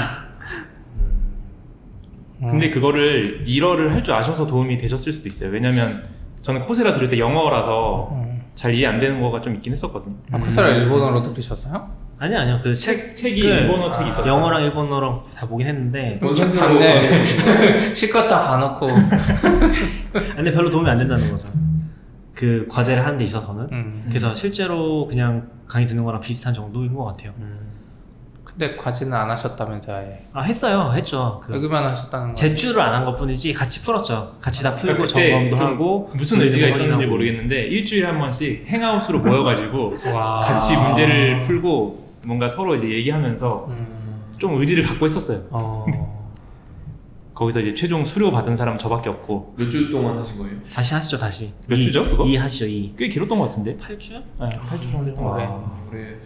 Speaker 2: 음.
Speaker 4: 근데
Speaker 6: 어.
Speaker 4: 그거를 1어를 할 줄 아셔서 도움이 되셨을 수도 있어요. 왜냐면 저는 코세라 들을 때 영어라서
Speaker 2: 음.
Speaker 4: 잘 이해 안 되는 거가 좀 있긴 했었거든요.
Speaker 2: 아, 코스라 일본어로 들으셨어요?
Speaker 6: 아니요 아니요 그 책
Speaker 4: 책 책이
Speaker 6: 네.
Speaker 4: 일본어 책이 있었어요.
Speaker 6: 영어랑 일본어랑 다 보긴 했는데
Speaker 5: 원산으로
Speaker 2: 봤네. 실컷 다 봐놓고.
Speaker 6: 아, 근데 별로 도움이 안 된다는 거죠. 그 과제를 하는 데 있어서는.
Speaker 2: 음.
Speaker 6: 그래서 실제로 그냥 강의 듣는 거랑 비슷한 정도인 것 같아요.
Speaker 2: 근데 과제는 안 하셨다면서 아예.
Speaker 6: 아 했어요, 했죠.
Speaker 4: 아,
Speaker 6: 그
Speaker 2: 여기만 하셨다는 거.
Speaker 6: 제출을 안 한 것뿐이지 같이 풀었죠. 같이 다 풀고
Speaker 4: 아, 그때
Speaker 6: 점검도
Speaker 4: 좀
Speaker 6: 하고
Speaker 4: 무슨 의지가 있었는지
Speaker 6: 확인하고.
Speaker 4: 모르겠는데 일주일에 한 번씩 행아웃으로 모여가지고
Speaker 6: 아.
Speaker 1: 와.
Speaker 4: 같이 문제를 풀고 뭔가 서로 이제 얘기하면서
Speaker 2: 음.
Speaker 4: 좀 의지를 갖고 했었어요.
Speaker 1: 어.
Speaker 4: 거기서 이제 최종 수료 받은 사람 저밖에 없고
Speaker 5: 몇주 동안 하신 거예요?
Speaker 6: 다시 하시죠, 다시.
Speaker 4: 몇
Speaker 6: 이-
Speaker 4: 주죠, 그거?
Speaker 6: 이 하시죠, 이.
Speaker 4: 꽤 길었던 것 같은데.
Speaker 6: 8주?
Speaker 4: 네, 8주 정도 했던 것 같아요.
Speaker 5: 아, 그래.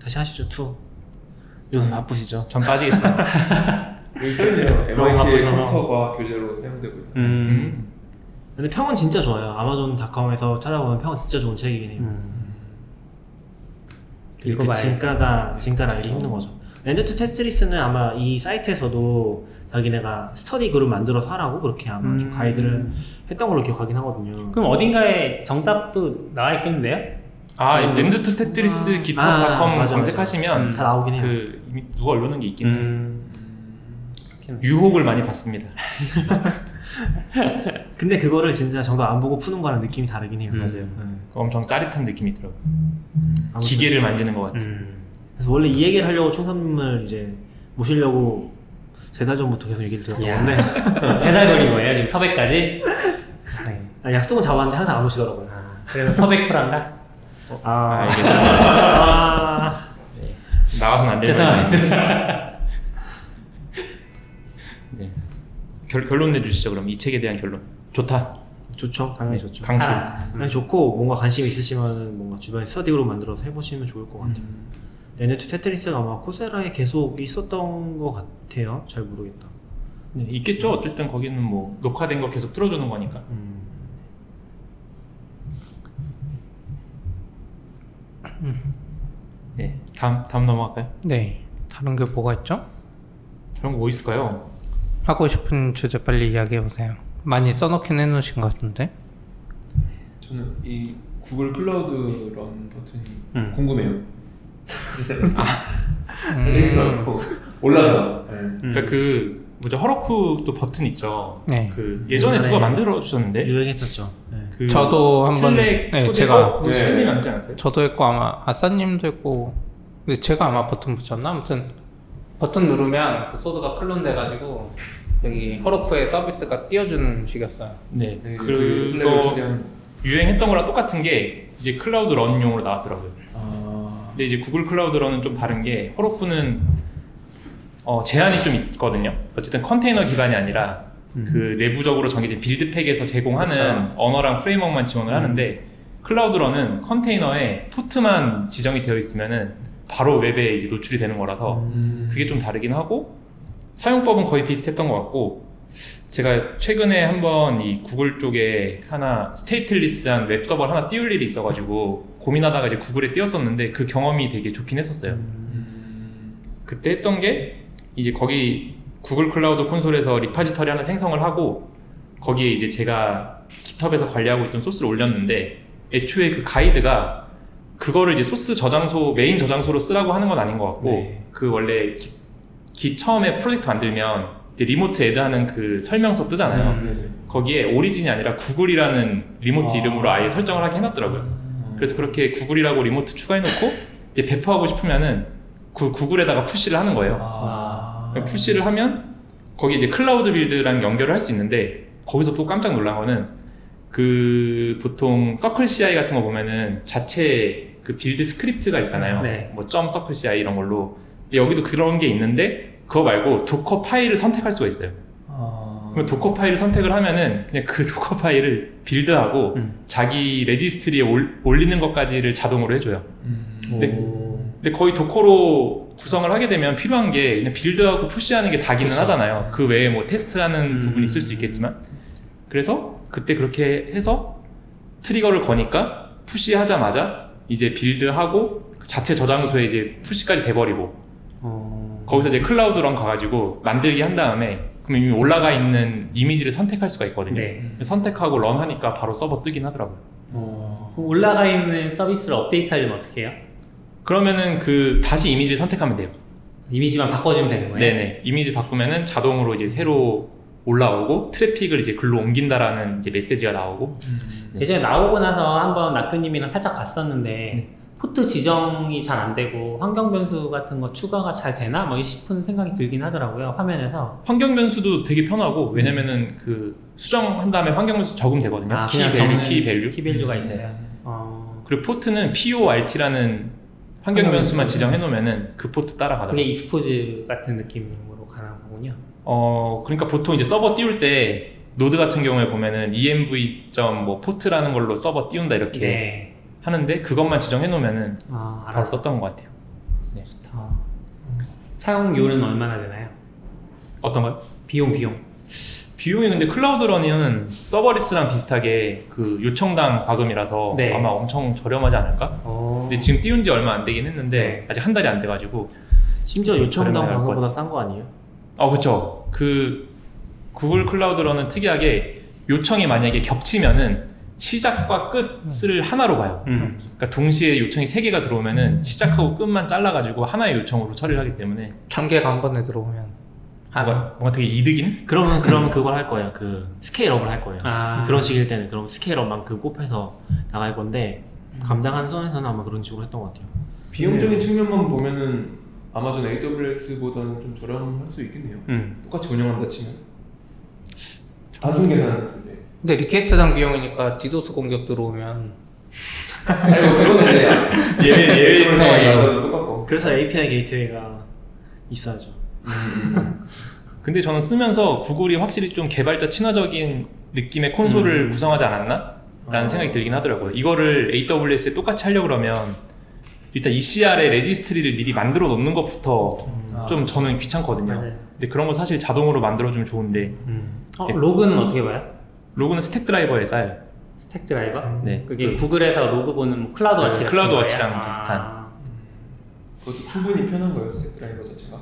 Speaker 6: 다시 하시죠, 투. 요즘 바쁘시죠?
Speaker 4: 전 빠지겠어요.
Speaker 5: 여기 써있네요.
Speaker 6: 너무
Speaker 5: MIT의
Speaker 6: 바쁘잖아.
Speaker 5: 컴퓨터가 교재로 사용되고 있다.
Speaker 1: 음.
Speaker 4: 음.
Speaker 6: 근데 평은 진짜 좋아요. 아마존닷컴에서 찾아보면 평은 진짜 좋은 책이긴 해요.
Speaker 4: 음.
Speaker 6: 이렇게
Speaker 1: 읽어봐야
Speaker 6: 진가가 진가를 알기 힘든 거죠. 랜드투 테스리스는 아마 이 사이트에서도 자기네가 스터디 그룹 만들어서 하라고 그렇게 아마 좀
Speaker 1: 음.
Speaker 6: 가이드를 했던 걸로 기억하긴 하거든요.
Speaker 1: 그럼 어딘가에 정답도 나와 있겠는데요?
Speaker 4: 아, 랜드 투 테트리스
Speaker 6: 아,
Speaker 4: 깃허브닷컴
Speaker 6: 맞아, 음,
Speaker 4: 검색하시면
Speaker 6: 다 나오긴 해요.
Speaker 4: 그 이미 누가 올려놓은 게 있긴 해요.
Speaker 1: 음.
Speaker 4: 유혹을 많이 받습니다.
Speaker 6: 근데 그거를 진짜 정답 안 보고 푸는 거랑 느낌이 다르긴 해요.
Speaker 1: 음.
Speaker 4: 맞아요.
Speaker 6: 네.
Speaker 4: 엄청 짜릿한 느낌이 들어요.
Speaker 6: 아무튼.
Speaker 4: 기계를 만지는 것 같아. 요
Speaker 1: 음.
Speaker 6: 그래서 원래 이 얘기를 하려고 총삼님을 이제 모시려고 세 달 전부터 계속 얘기를
Speaker 1: 야.
Speaker 6: 들었는데
Speaker 1: 세달 걸린 거예요 지금 섭외까지? 네.
Speaker 6: 아, 약속은 잡았는데 항상 안 오시더라고요.
Speaker 1: 그래서 섭외 쿨한가?
Speaker 6: 아,
Speaker 4: 알겠습니다.
Speaker 6: 아.
Speaker 4: 나와서는 안 되는
Speaker 1: 죄송합니다.
Speaker 4: 네. 결, 결론 내주시죠 그럼 이 책에 대한 결론 좋다
Speaker 6: 좋죠. 당연히 좋죠.
Speaker 4: 강추 음.
Speaker 1: 아,
Speaker 6: 그냥 좋고 뭔가 관심 있으시면 뭔가 주변에 스터디 그룹 만들어서 해보시면 좋을 것 같아요.
Speaker 4: 음.
Speaker 6: 얘네도 테트리스가 아마 코세라에 계속 있었던 것 같아요. 잘 모르겠다.
Speaker 4: 네, 있겠죠 어쨌든 거기는 뭐 녹화된 거 계속 틀어주는 거니까
Speaker 6: 음.
Speaker 4: 네 다음 다음 넘어갈까요?
Speaker 2: 네. 다른 게 뭐가 있죠?
Speaker 4: 다른 거 뭐 있을까요?
Speaker 2: 하고 싶은 주제 빨리 이야기해 보세요. 많이 써놓긴 해놓으신 것 같은데.
Speaker 5: 저는 이 구글 클라우드 런 버튼이
Speaker 1: 음.
Speaker 5: 궁금해요.
Speaker 2: 음,
Speaker 4: 네.
Speaker 5: 링크가 없고 올라서 네.
Speaker 4: 그러니까 그 뭐죠 허러쿠 또 버튼 있죠
Speaker 2: 네.
Speaker 4: 그 예전에
Speaker 6: 옛날에
Speaker 4: 누가 만들어 주셨는데
Speaker 6: 유행했었죠. 네.
Speaker 4: 그
Speaker 2: 저도 한번
Speaker 4: 슬랙
Speaker 2: 네,
Speaker 4: 초대가
Speaker 2: 제가
Speaker 4: 거기
Speaker 5: 네.
Speaker 4: 스크린이 남지 않았어요?
Speaker 2: 저도 했고 아마 아싸님도 했고 근데 제가 아마 버튼 붙였나 아무튼 버튼 누르면 그 소드가 클론돼가지고 여기 허로쿠의 서비스가 띄워주는 식이었어요.
Speaker 4: 네,
Speaker 5: 네, 그 슬랙을
Speaker 4: 그거
Speaker 5: 최대한
Speaker 4: 유행했던 거랑 똑같은 게 이제 클라우드 런용으로 나왔더라고요.
Speaker 5: 아...
Speaker 4: 근데 이제 구글 클라우드 런은 좀 다른 게 허로프는 어, 제한이 좀 있거든요. 어쨌든 컨테이너 기반이 아니라 그 내부적으로 정해진 빌드팩에서 제공하는 언어랑 프레임워크만 지원을 하는데 클라우드 런은 컨테이너에 포트만 지정이 되어 있으면은 바로 웹에 이제 노출이 되는 거라서
Speaker 5: 음...
Speaker 4: 그게 좀 다르긴 하고 사용법은 거의 비슷했던 것 같고 제가 최근에 한번 이 구글 쪽에 하나 스테이틀리스한 웹 서버를 하나 띄울 일이 있어가지고 고민하다가 이제 구글에 띄웠었는데 그 경험이 되게 좋긴 했었어요.
Speaker 5: 음...
Speaker 4: 그때 했던 게 이제 거기 구글 클라우드 콘솔에서 리파지터리 하나 생성을 하고 거기에 이제 제가 깃허브에서 관리하고 있던 소스를 올렸는데 애초에 그 가이드가 그거를 이제 소스 저장소 메인 저장소로 쓰라고 하는 건 아닌 것 같고
Speaker 1: 네.
Speaker 4: 그 원래 기, 기 처음에 프로젝트 만들면 이제 리모트 애드하는 그 설명서 뜨잖아요.
Speaker 1: 음.
Speaker 5: 네네.
Speaker 4: 거기에 오리진이 아니라 구글이라는 리모트
Speaker 6: 아.
Speaker 4: 이름으로 아예 설정을 하게 해놨더라고요.
Speaker 5: 음.
Speaker 4: 그래서 그렇게 구글이라고 리모트 추가해놓고 이제 배포하고 싶으면은 그 구글에다가 푸시를 하는 거예요.
Speaker 5: 아...
Speaker 4: 푸시를 하면 거기 이제 클라우드 빌드랑 연결을 할 수 있는데 거기서 또 깜짝 놀란 거는 그 보통 서클 CI 같은 거 보면은 자체 그 빌드 스크립트가 있잖아요.
Speaker 1: 네.
Speaker 4: 뭐점 서클 CI 이런 걸로 근데 여기도 그런 게 있는데 그거 말고 도커 파일을 선택할 수가 있어요.
Speaker 5: 아...
Speaker 4: 그럼 도커 파일을 선택을 하면은 그냥 그 도커 파일을 빌드하고
Speaker 1: 음.
Speaker 4: 자기 레지스트리에 올, 올리는 것까지를 자동으로 해줘요.
Speaker 5: 음...
Speaker 4: 네. 근데 거의 도커로 구성을 하게 되면 필요한 게 그냥 빌드하고 푸시하는 게 다기는 하잖아요. 그 외에 뭐 테스트하는
Speaker 1: 그렇죠. 음.
Speaker 4: 부분이 있을 수 있겠지만 그래서 그때 그렇게 해서 트리거를 거니까 푸시하자마자 이제 빌드하고 그 자체 저장소에 이제 푸시까지 돼버리고
Speaker 1: 어,
Speaker 4: 거기서 이제 클라우드랑 가가지고 만들기 한 다음에 그럼 이미 올라가 있는 이미지를 선택할 수가 있거든요.
Speaker 1: 네.
Speaker 4: 선택하고 런 하니까 바로 서버 뜨긴 하더라고요.
Speaker 1: 어, 그럼 올라가 있는 서비스를 업데이트하려면 어떻게 해요?
Speaker 4: 그러면은 그 다시 이미지를 선택하면 돼요.
Speaker 1: 이미지만 바꿔주면 되는 거예요?
Speaker 4: 네네. 이미지 바꾸면은 자동으로 이제 새로 올라오고 트래픽을 이제 글로 옮긴다라는 이제 메시지가 나오고
Speaker 5: 음...
Speaker 1: 예전에 나오고 나서 한번 낙교님이랑 살짝 봤었는데 포트 지정이 잘 안 되고 환경 변수 같은 거 추가가 잘 되나 뭐 싶은 생각이 들긴 하더라고요 화면에서
Speaker 4: 환경 변수도 되게 편하고 왜냐면은 그 수정한 다음에 환경 변수 적으면 되거든요. 키
Speaker 1: 음. 아, 그냥
Speaker 4: 밸류,
Speaker 1: 적는
Speaker 4: 키 밸류.
Speaker 1: 키밸류가 있어요
Speaker 5: 네.
Speaker 1: 어,
Speaker 4: 그리고 포트는 PORT라는 환경
Speaker 1: 환경
Speaker 4: 변수만
Speaker 1: 변수.
Speaker 4: 지정해 놓으면은 그 포트 따라가더라고요.
Speaker 1: 그게 익스포즈 같은 느낌으로 가는 거군요
Speaker 4: 어, 그러니까 보통 이제 서버 띄울 때 노드 같은 경우에 보면은 E env. 뭐 포트라는 걸로 서버 띄운다 이렇게
Speaker 1: 네.
Speaker 4: 하는데 그것만 지정해 놓으면은
Speaker 1: 아,
Speaker 4: 바로
Speaker 1: 알았어
Speaker 4: 썼던 것 같아요.
Speaker 1: 좋다 사용료는 얼마나 되나요?
Speaker 4: 어떤가요?
Speaker 1: 비용 비용
Speaker 4: 비용이 근데 클라우드런은 서버리스랑 비슷하게 그 요청당 과금이라서
Speaker 1: 네.
Speaker 4: 아마 엄청 저렴하지 않을까?
Speaker 1: 어,
Speaker 4: 근데 지금 띄운 지 얼마 안 되긴 했는데
Speaker 1: 네.
Speaker 4: 아직 한 달이 안 돼가지고
Speaker 6: 심지어 요청당
Speaker 4: 오랜만에
Speaker 6: 방금보다 싼 거 아니에요?
Speaker 4: 어 그쵸 그 구글 클라우드런은 특이하게 요청이 만약에 겹치면은 시작과 끝을 하나로 봐요.
Speaker 1: 음.
Speaker 4: 그러니까 동시에 요청이 세 개가 들어오면은 시작하고 끝만 잘라가지고 하나의 요청으로 처리를 하기 때문에
Speaker 2: 단계가 한 번에 들어오면 아.
Speaker 4: 뭔가, 뭔가 되게 이득인?
Speaker 6: 그러면 그러면 그걸 할 거예요. 그 스케일업을 할 거예요.
Speaker 1: 아,
Speaker 6: 그런 식일 때는 그럼 스케일업만큼 곱해서 나갈 건데 감당하는 선에서는 아마 그런 식으로 했던 것 같아요.
Speaker 5: 비용적인 측면만 보면은 아마존 AWS보다는 좀 저렴할 수 있겠네요.
Speaker 1: 음.
Speaker 5: 똑같이 운영한다 치면 단순 계산했을 때.
Speaker 2: 근데 리퀘스트당 비용이니까 디도스 공격 들어오면
Speaker 5: 아니 뭐 그건 이제
Speaker 4: 예예
Speaker 5: 예외 상황이 나와도 똑같고.
Speaker 6: 어, 그래서 API 게이트웨이가 있어야죠.
Speaker 4: 근데 저는 쓰면서 구글이 확실히 좀 개발자 친화적인 느낌의 콘솔을 구성하지 않았나? 라는 생각이 들긴 하더라고요. 이거를 AWS에 똑같이 하려고 그러면 일단 ECR의 레지스트리를 미리 만들어 놓는 것부터
Speaker 5: 아,
Speaker 4: 좀 저는 귀찮거든요.
Speaker 1: 맞아요.
Speaker 4: 근데 그런 거 사실 자동으로 만들어주면 좋은데
Speaker 1: 어, 로그는 어떻게 봐요?
Speaker 4: 로그는 스택 드라이버에 쌓여요.
Speaker 1: 스택 드라이버?
Speaker 4: 네.
Speaker 1: 그게
Speaker 4: 그-
Speaker 1: 구글에서 로그 보는 뭐 클라우드
Speaker 4: 네,
Speaker 1: 워치 같은
Speaker 4: 클라우드
Speaker 1: 거예요?
Speaker 4: 워치랑
Speaker 1: 아.
Speaker 4: 비슷한.
Speaker 5: 그것도 충분히 편한 거예요, 스택 드라이버 자체가.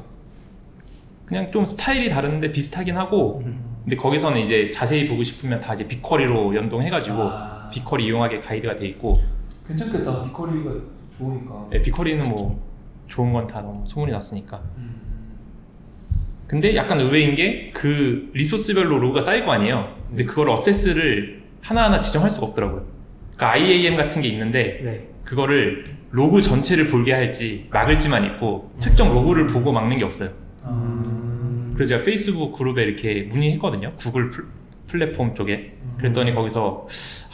Speaker 4: 그냥 좀 스타일이 다른데 비슷하긴 하고
Speaker 1: 음.
Speaker 4: 근데 거기서는 이제 자세히 보고 싶으면 다 이제 빅쿼리로 연동해가지고
Speaker 5: 아.
Speaker 4: 빅쿼리 이용하게 가이드가 돼 있고
Speaker 5: 괜찮겠다. 비커리가 좋으니까.
Speaker 4: 네, 빅쿼리는 뭐 좋은 건 다 너무 소문이 났으니까
Speaker 5: 음.
Speaker 4: 근데 약간 의외인 게 그 리소스별로 로그가 쌓일 거 아니에요 근데 그걸 어세스를 하나하나 지정할 수가 없더라고요 그러니까 IAM 같은 게 있는데
Speaker 1: 네.
Speaker 4: 그거를 로그 전체를 볼게 할지 막을지만 있고 특정 로그를 보고 막는 게 없어요
Speaker 5: 아.
Speaker 4: 그래서 제가 페이스북 그룹에 이렇게 문의했거든요. 구글 플- 플랫폼 쪽에. 그랬더니 거기서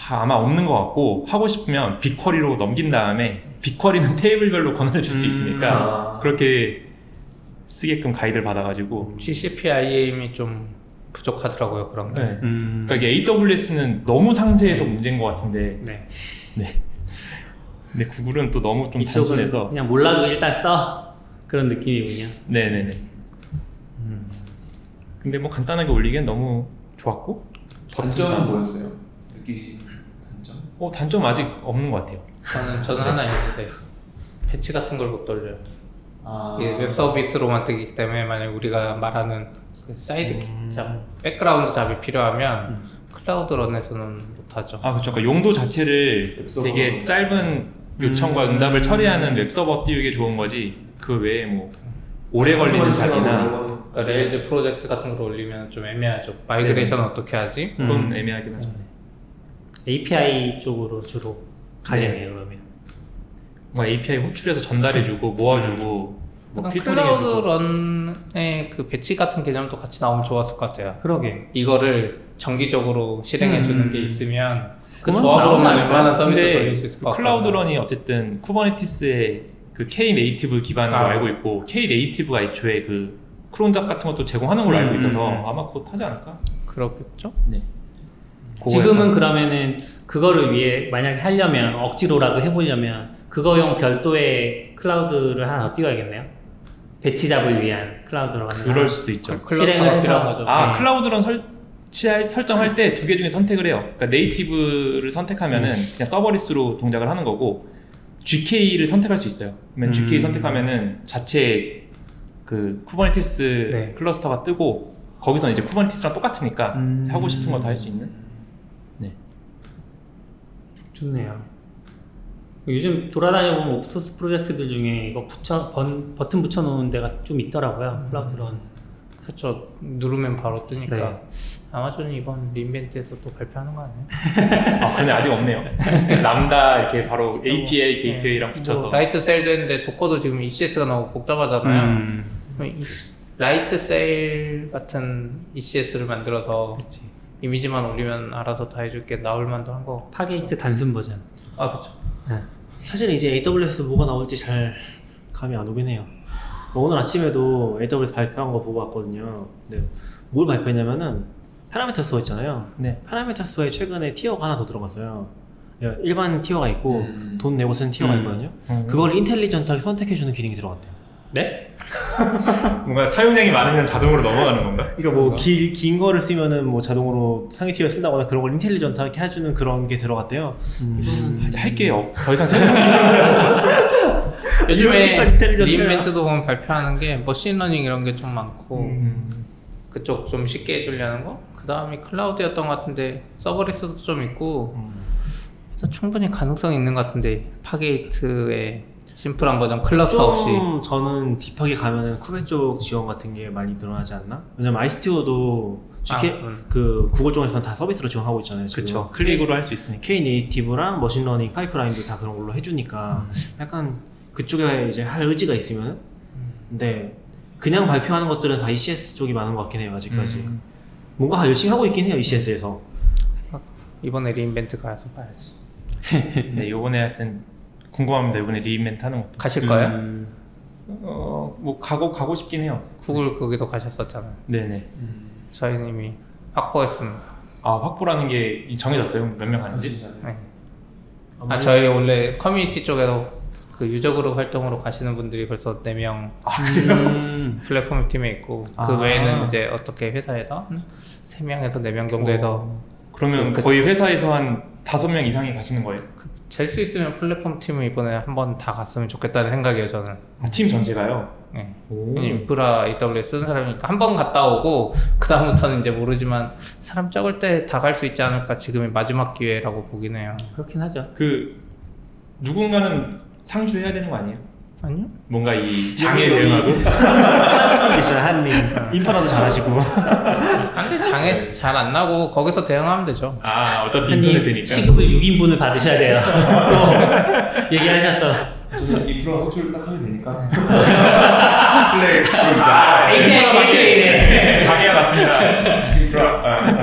Speaker 4: 아, 아마 없는 것 같고 하고 싶으면 빅쿼리로 넘긴 다음에 빅쿼리는 테이블별로 권한을 줄 수 있으니까
Speaker 5: 아.
Speaker 4: 그렇게 쓰게끔 가이드를 받아가지고
Speaker 2: GCP IAM이 좀 부족하더라고요 그런 게.
Speaker 4: 네.
Speaker 1: 음.
Speaker 4: 그러니까 이게 AWS는 너무 상세해서 문제인 것 같은데
Speaker 1: 네.
Speaker 4: 근데 구글은 또 너무 좀
Speaker 1: 이쪽은
Speaker 4: 단순해서
Speaker 1: 그냥 몰라도 일단 써 그런 느낌이군요.
Speaker 4: 네네네 근데 뭐 간단하게 올리기엔 너무 좋았고
Speaker 5: 단점은 뭐였어요? 느끼신 단점?
Speaker 4: 어, 단점 아직 없는 것 같아요
Speaker 2: 저는 저는 하나 있는데 패치 같은 걸 못 돌려요.
Speaker 5: 아.
Speaker 2: 이게 웹 서비스로만 뜨기 때문에 만약 우리가 말하는 그 사이드
Speaker 4: 음.
Speaker 2: 잡, 백그라운드 잡이 필요하면 클라우드 런에서는 못하죠.
Speaker 4: 아 그렇죠. 그러니까 용도 자체를
Speaker 5: 웹서버.
Speaker 4: 되게 짧은 요청과 응답을 처리하는 웹서버 띄우기 좋은 거지 그 외에 뭐
Speaker 5: 아,
Speaker 4: 오래 걸리는 잡이나
Speaker 2: 그러니까 레일즈 프로젝트 같은 걸 올리면 좀 애매하죠.
Speaker 4: 네.
Speaker 2: 마이그레이션 어떻게 하지?
Speaker 1: 음.
Speaker 4: 그건 애매하긴 하죠.
Speaker 1: API 쪽으로 주로
Speaker 4: 네.
Speaker 1: 가려해요 그러면.
Speaker 4: 뭔가 API 호출해서 전달해주고 모아주고 뭐
Speaker 2: 음. 약간
Speaker 4: 필터링해주고
Speaker 2: 클라우드 런의 그 배치 같은 개념도 같이 나오면 좋았을 것 같아요.
Speaker 1: 그러게.
Speaker 2: 이거를 정기적으로 실행해 주는
Speaker 1: 음.
Speaker 2: 게 있으면 그
Speaker 1: 그건
Speaker 2: 조합으로만
Speaker 1: 나오지 않을까요?
Speaker 2: 웬만한 서비스
Speaker 4: 근데 그
Speaker 2: 돌릴 수 있을 것 같아요.
Speaker 4: 클라우드런이 어쨌든 쿠버네티스의 그 K 네이티브 기반으로
Speaker 2: 아.
Speaker 4: 알고 있고 K 네이티브가 애초에 그 크론 잡 같은 것도 제공하는 걸로 알고
Speaker 1: 음,
Speaker 4: 있어서
Speaker 1: 음, 음.
Speaker 4: 아마 그거 타지 않을까?
Speaker 2: 그렇겠죠?
Speaker 4: 그거에
Speaker 1: 지금은 그러면은 그거를 위해 만약에 하려면 억지로라도 해보려면 그거용 별도의 클라우드를 하나 띄워야겠네요. 배치 잡을 위한 클라우드로 하는
Speaker 4: 그럴 수도 있죠.
Speaker 1: 실행을 해서-
Speaker 2: 클라우드런 거죠.
Speaker 4: 아
Speaker 1: 네.
Speaker 4: 클라우드런 설치할 설정할 때 두 개 중에 선택을 해요. 그러니까 네이티브를 선택하면은
Speaker 1: 음.
Speaker 4: 그냥 서버리스로 동작을 하는 거고 GK를 선택할 수 있어요. 그러면 GK
Speaker 1: 음.
Speaker 4: 선택하면은 자체 그 쿠버네티스
Speaker 1: 네.
Speaker 4: 클러스터가 뜨고 거기서 이제 쿠버네티스랑 똑같으니까
Speaker 1: 음.
Speaker 4: 하고 싶은 거 다 할 수 있는.
Speaker 1: 좋네요. 요즘 돌아다녀 보면 오픈소스 프로젝트들 중에 이거 붙여 번, 버튼 붙여놓은 데가 좀 있더라고요. 클라우드런.
Speaker 2: 그렇죠. 누르면 바로 뜨니까
Speaker 1: 네.
Speaker 2: 아마존이 이번 린벤트에서 또 발표하는 거 아니에요?
Speaker 4: 아 근데 아직 없네요. 람다 이렇게 바로
Speaker 1: 네.
Speaker 4: API 게이트웨이랑 붙여서
Speaker 2: 뭐 라이트 세일도 했는데 도커도 지금 ECS가 너무
Speaker 1: 음.
Speaker 2: 복잡하잖아요.
Speaker 4: 음.
Speaker 2: 그럼 이- 라이트 세일 같은 ECS를 만들어서
Speaker 1: 그렇지.
Speaker 2: 이미지만 올리면 알아서 다 해줄 게 나올 만도 한 거.
Speaker 1: 파게이트 단순 버전.
Speaker 2: 아 그렇죠.
Speaker 6: 사실 이제 AWS 뭐가 나올지 잘 감이 안 오긴 해요. 뭐 오늘 아침에도 AWS 발표한 거 보고 왔거든요. 근데 뭘 발표했냐면은 파라미터 스토어 있잖아요.
Speaker 4: 네.
Speaker 6: 파라미터 스토어에 최근에 티어가 하나 더 들어갔어요. 예, 일반 티어가 있고
Speaker 5: 음.
Speaker 6: 돈 내고 쓰는 티어가
Speaker 1: 음.
Speaker 6: 있거든요.
Speaker 4: 음.
Speaker 6: 그걸 인텔리전트하게 선택해주는 기능이 들어갔대요.
Speaker 1: 네?
Speaker 4: 뭔가 사용량이 많으면 자동으로 넘어가는 건가?
Speaker 6: 그러니까 뭐긴 긴 거를 쓰면은 뭐 자동으로 상위 티어 쓴다거나 그런 걸 인텔리전트하게 해주는 그런 게 들어갔대요.
Speaker 1: 음.
Speaker 4: 아, 이제 할게더 이상 생각
Speaker 6: 이렇게까지
Speaker 2: 요즘에
Speaker 6: 인텔리전트해요?
Speaker 2: 린벤트도 보면 발표하는 게 머신러닝 이런 게 좀 많고 그쪽 좀 쉽게 해주려는 거. 그 다음이 클라우드였던 것 같은데 서버리스도 좀 있고 그래서 충분히 가능성이 있는 것 같은데 파게이트의 심플한 버전 클러스터 없이
Speaker 6: 좀 저는 딥하게 가면은 쿠베 쪽 지원 같은 게 많이 늘어나지 않나? 왜냐면 아이스튜어도 GK,
Speaker 2: 아, 음.
Speaker 6: 그 구글 쪽에서는 다 서비스로 지원하고 있잖아요. 지금.
Speaker 1: 네.
Speaker 4: 그렇죠. 클릭으로 할 수 있으니까.
Speaker 6: K 네이티브랑 머신러닝 파이프라인도 다 그런 걸로 해주니까 약간 그쪽에 이제 할 의지가 있으면 근데 그냥 발표하는 것들은 다 ECS 쪽이 많은 것 같긴 해요 아직까지 뭔가 다 열심히 하고 있긴 해요 E ECS에서
Speaker 2: 이번에 리인벤트 가서 봐야지
Speaker 4: 네, 요번에 하여튼 궁금합니다. 요번에 리멘트 하는 것도.
Speaker 1: 음.
Speaker 2: 가실 거예요?
Speaker 4: 어, 뭐 가고 가고 싶긴 해요.
Speaker 2: 구글 거기도 가셨었잖아요.
Speaker 4: 네네.
Speaker 5: 음.
Speaker 2: 저희는 이미 확보했습니다.
Speaker 4: 아 확보라는 게 정해졌어요. 몇 명 가는지.
Speaker 2: 아 저희 원래 커뮤니티 쪽에도 그 유저 그룹 활동으로 가시는 분들이 벌써 4명 플랫폼 팀에 있고 그
Speaker 4: 아.
Speaker 2: 외에는 이제 어떻게 회사에서 3명에서 4명 정도에서
Speaker 4: 그러면
Speaker 2: 그-
Speaker 4: 거의 회사에서 한 다섯 명 이상이 가시는 거예요?
Speaker 2: 잴 수 있으면 플랫폼 팀을 이번에 한번 다 갔으면 좋겠다는 생각이에요 저는
Speaker 4: 아, 팀 전체가요.
Speaker 2: 네.
Speaker 4: 오.
Speaker 2: 인프라 AWS 쓰는 사람이니까 한 번 갔다 오고 그 다음부터는 이제 모르지만 사람 적을 때 다 갈 수 있지 않을까 지금이 마지막 기회라고 보긴 해요
Speaker 1: 그렇긴 하죠.
Speaker 4: 그 누군가는 상주해야 되는 거 아니에요?
Speaker 2: 아니요?
Speaker 4: 뭔가 이 장애 대응하고
Speaker 6: 계시죠 뭐 한님 인프라도 잘하시고
Speaker 2: 근데 장애 잘 안 나고 거기서 대응하면 되죠
Speaker 4: 아 어차피 인터넷
Speaker 1: 한님
Speaker 4: 되니까
Speaker 1: 시급을 6인분을 받으셔야 돼요. 또 얘기하셔서
Speaker 5: 아, 저는 인프라 호출을 딱 하면 되니까.
Speaker 4: 네.
Speaker 5: 플레이. 아,
Speaker 1: 네.
Speaker 4: 장애가 맞습니다.
Speaker 5: 인프라. 아,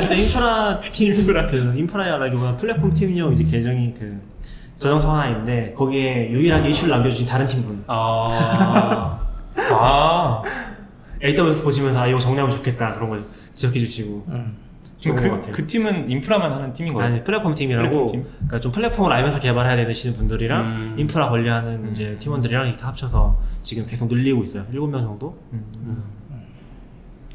Speaker 6: 일단 인프라 팀 인프라 그 인프라라기보다 플랫폼 팀용 이제 계정이 그 저장 소환인데 거기에 유일하게 이슈를 남겨주신 다른 팀분
Speaker 4: 아, 아
Speaker 6: AWS 보시면서 아 이거 정리하면 좋겠다 그런 걸 지적해 주시고 좋은 것
Speaker 4: 그,
Speaker 6: 같아요.
Speaker 4: 그 팀은 인프라만 하는 팀인 거예요?
Speaker 6: 아니 플랫폼 팀이라고
Speaker 4: 플랫폼 팀?
Speaker 6: 그러니까 좀 플랫폼을 알면서 개발해야 되시는 분들이랑
Speaker 4: 음.
Speaker 6: 인프라 관리하는 이제 팀원들이랑 이렇게 다 합쳐서 지금 계속 늘리고 있어요. 7명 정도?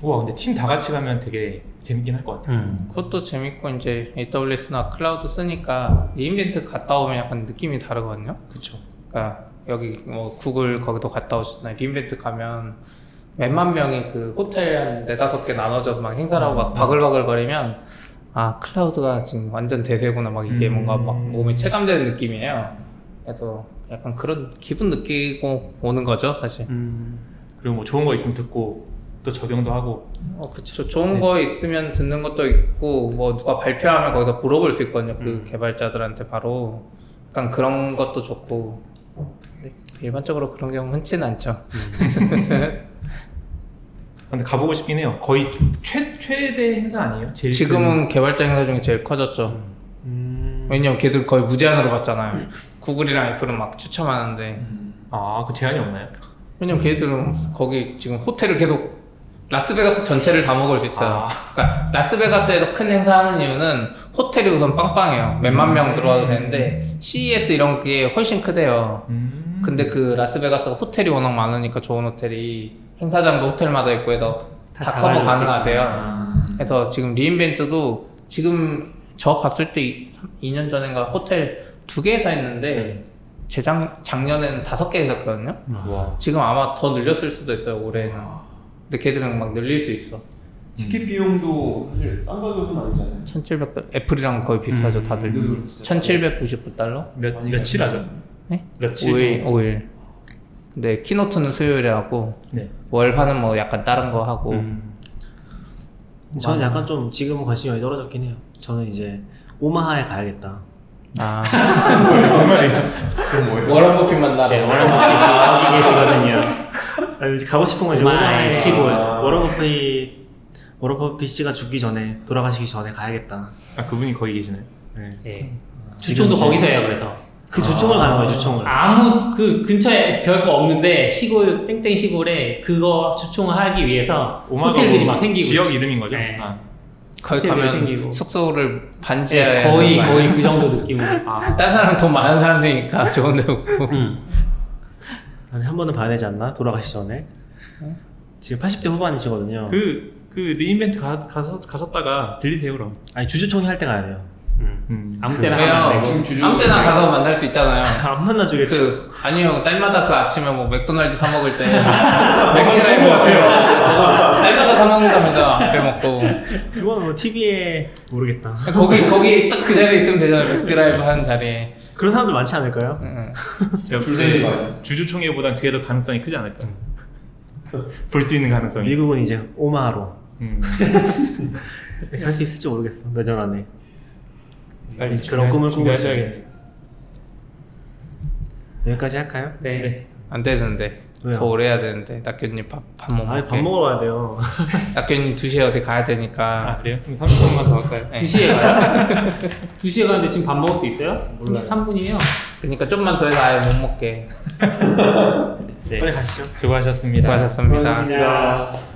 Speaker 4: 우와 근데 팀 다 같이 가면 되게 재밌긴 할 것 같아요.
Speaker 2: 그것도 재밌고 이제 AWS나 클라우드 쓰니까 리인벤트 갔다 오면 약간 느낌이 다르거든요
Speaker 4: 그렇죠.
Speaker 2: 그러니까 여기 뭐 구글 거기도 갔다 오셨나요? 리인벤트 가면 몇만 명이 그 호텔 한 네다섯 개 나눠져서 막 행사를 하고 막 바글바글 거리면 아 클라우드가 지금 완전 대세구나 막 이게 뭔가 막 몸이 체감되는 느낌이에요 그래서 약간 그런 기분 느끼고 오는 거죠 사실
Speaker 4: 그리고 뭐 좋은 거 있으면 듣고 또 적용도 하고
Speaker 2: 어 그쵸 좋은 거 있으면 듣는 것도 있고 뭐 누가 발표하면 거기서 물어볼 수 있거든요 그 개발자들한테 바로 약간 그런 것도 좋고 근데 일반적으로 그런 경우 흔치는 않죠
Speaker 4: 근데 가보고 싶긴 해요. 거의 최 최대 행사 아니에요? 제일
Speaker 2: 지금은 개발자 행사 중에 제일 커졌죠. 왜냐면 걔들 거의 무제한으로 갔잖아요. 구글이랑 애플은 막 추첨하는데.
Speaker 4: 음. 아그 제한이 없나요?
Speaker 2: 왜냐면 걔들은 거기 지금 호텔을 계속 라스베가스 전체를 다 먹을 수 있어요. 그러니까 라스베가스에서 큰 행사 하는 이유는 호텔이 우선 빵빵해요. 몇만 명 들어와도 되는데 CES 이런 게 훨씬 크대요.
Speaker 4: 음.
Speaker 2: 근데 그 라스베가스가 호텔이 워낙 많으니까 좋은 호텔이 행사장도 호텔마다 있고 해서 다,
Speaker 1: 다
Speaker 2: 커버
Speaker 1: 잡아줄 수
Speaker 2: 가능하대요. 그래서 지금 리인벤트도 지금 저 갔을 때 2년 전인가 호텔 두 개
Speaker 1: 네.
Speaker 2: 회사였는데 재작 작년에는 다섯 개 회사였거든요.
Speaker 4: 와.
Speaker 2: 지금 아마 더 늘렸을 수도 있어요 올해는.
Speaker 1: 아.
Speaker 2: 근데 걔들은 막 늘릴 수 있어.
Speaker 5: 티켓 비용도 사실 싼 가격은 아니잖아요.
Speaker 2: 1,700 애플이랑 거의 비슷하죠 다들.
Speaker 5: 음, 진짜.
Speaker 2: 1,799달러?
Speaker 4: 몇
Speaker 5: 많이
Speaker 4: 며칠 하죠?
Speaker 2: 네?
Speaker 4: 며칠?
Speaker 2: 5일, 5일. 근데 키노트는 수요일에 하고
Speaker 4: 네.
Speaker 2: 월화는 뭐 약간 다른 거 하고
Speaker 4: 음.
Speaker 6: 저는 약간 좀 지금은 관심이 많이 떨어졌긴 해요. 저는 이제 오마하에 가야겠다.
Speaker 2: 아
Speaker 4: 무슨 말이에요?
Speaker 5: 그럼 뭐예요?
Speaker 2: 워런 버핏 만나러
Speaker 1: 아,
Speaker 6: 여기 계시거든요. 아니, 이제 가고 싶은 건 이제 오마하의
Speaker 1: 오마하의
Speaker 6: 시골.
Speaker 5: 아.
Speaker 6: 워런버핏 워런버핏 씨가 죽기 전에 돌아가시기 전에 가야겠다.
Speaker 4: 아 그분이 거기 계시나요?
Speaker 1: 예. 주총도 거기서 해요. 그래서
Speaker 6: 그 주총을 가는 거예요. 주총을.
Speaker 1: 아무 그 근처에 별거 없는데 시골 땡땡 시골에 그거 주총을 하기 위해서
Speaker 4: 오마가
Speaker 1: 호텔들이
Speaker 4: 뭐
Speaker 1: 막 생기고
Speaker 4: 지역 이름인 거죠?
Speaker 1: 네.
Speaker 4: 아.
Speaker 2: 거기
Speaker 1: 호텔들이
Speaker 2: 가면
Speaker 1: 생기고.
Speaker 2: 숙소를 반지하에
Speaker 4: 네,
Speaker 1: 예, 거의
Speaker 2: 하는
Speaker 1: 거의 그 정도 느낌으로.
Speaker 2: 거야.
Speaker 4: 아.
Speaker 2: 다른 사람 돈 많은 사람들이니까 좋은 데 없고
Speaker 1: 음.
Speaker 6: 아니, 한 번은 봐야 되지 않나? 돌아가시기 전에. 지금 80대 후반이시거든요.
Speaker 4: 그, 그 리인벤트 가, 가서, 가셨다가 들리세요 그럼
Speaker 6: 아니 주주총회 할 때 가야 돼요.
Speaker 4: 음.
Speaker 1: 아무 때나 하면 안
Speaker 2: 왜요
Speaker 1: 되고.
Speaker 5: 지금 주중-
Speaker 2: 뭐 아무 때나 가서 만날 수 있잖아요
Speaker 6: 안 만나주겠지.
Speaker 2: 그 아니요 딸마다 그 아침에 뭐 맥도날드 사 먹을 때 맥트라이브 같아요 딸마다 사 먹는답니다 앞에 먹고
Speaker 6: 그건 뭐 TV에 모르겠다.
Speaker 2: 거기 거기 딱 그 자리에 있으면 되잖아요 맥드라이브 하는 자리에
Speaker 6: 그런 사람들 많지 않을까요?
Speaker 2: 응.
Speaker 4: 제가
Speaker 5: 줄 세는 거 아니에요?
Speaker 4: 주주총회보단 그게 더 가능성이 크지 않을까 볼 수 있는 가능성이
Speaker 6: 미국은 이제 오마하로
Speaker 4: 음.
Speaker 6: 갈 수 있을지 모르겠어. 내년 안에.
Speaker 4: 빨리
Speaker 6: 그런 꿈을 꾸고
Speaker 4: 준비하셔야겠네요
Speaker 6: 여기까지 할까요?
Speaker 1: 네.
Speaker 2: 안 되는데
Speaker 6: 왜요?
Speaker 2: 더 오래 해야 되는데 낙균님 밥밥 먹
Speaker 6: 아니 밥 먹으러 가야 돼요.
Speaker 2: 낙균님 2시에 어디 가야
Speaker 4: 아
Speaker 2: 되니까
Speaker 4: 그래요? 그럼 30분만 더 할까요?
Speaker 2: 네.
Speaker 1: 2시에 가요? 2시에 가는데 지금 밥 먹을 수 있어요? 33분이에요.
Speaker 2: 그러니까 좀만 더 해서 아예 못 먹게
Speaker 1: 네.
Speaker 7: 네.
Speaker 8: 빨리 가시죠.
Speaker 7: 수고하셨습니다.
Speaker 4: 수고하셨습니다.
Speaker 2: 고맙습니다.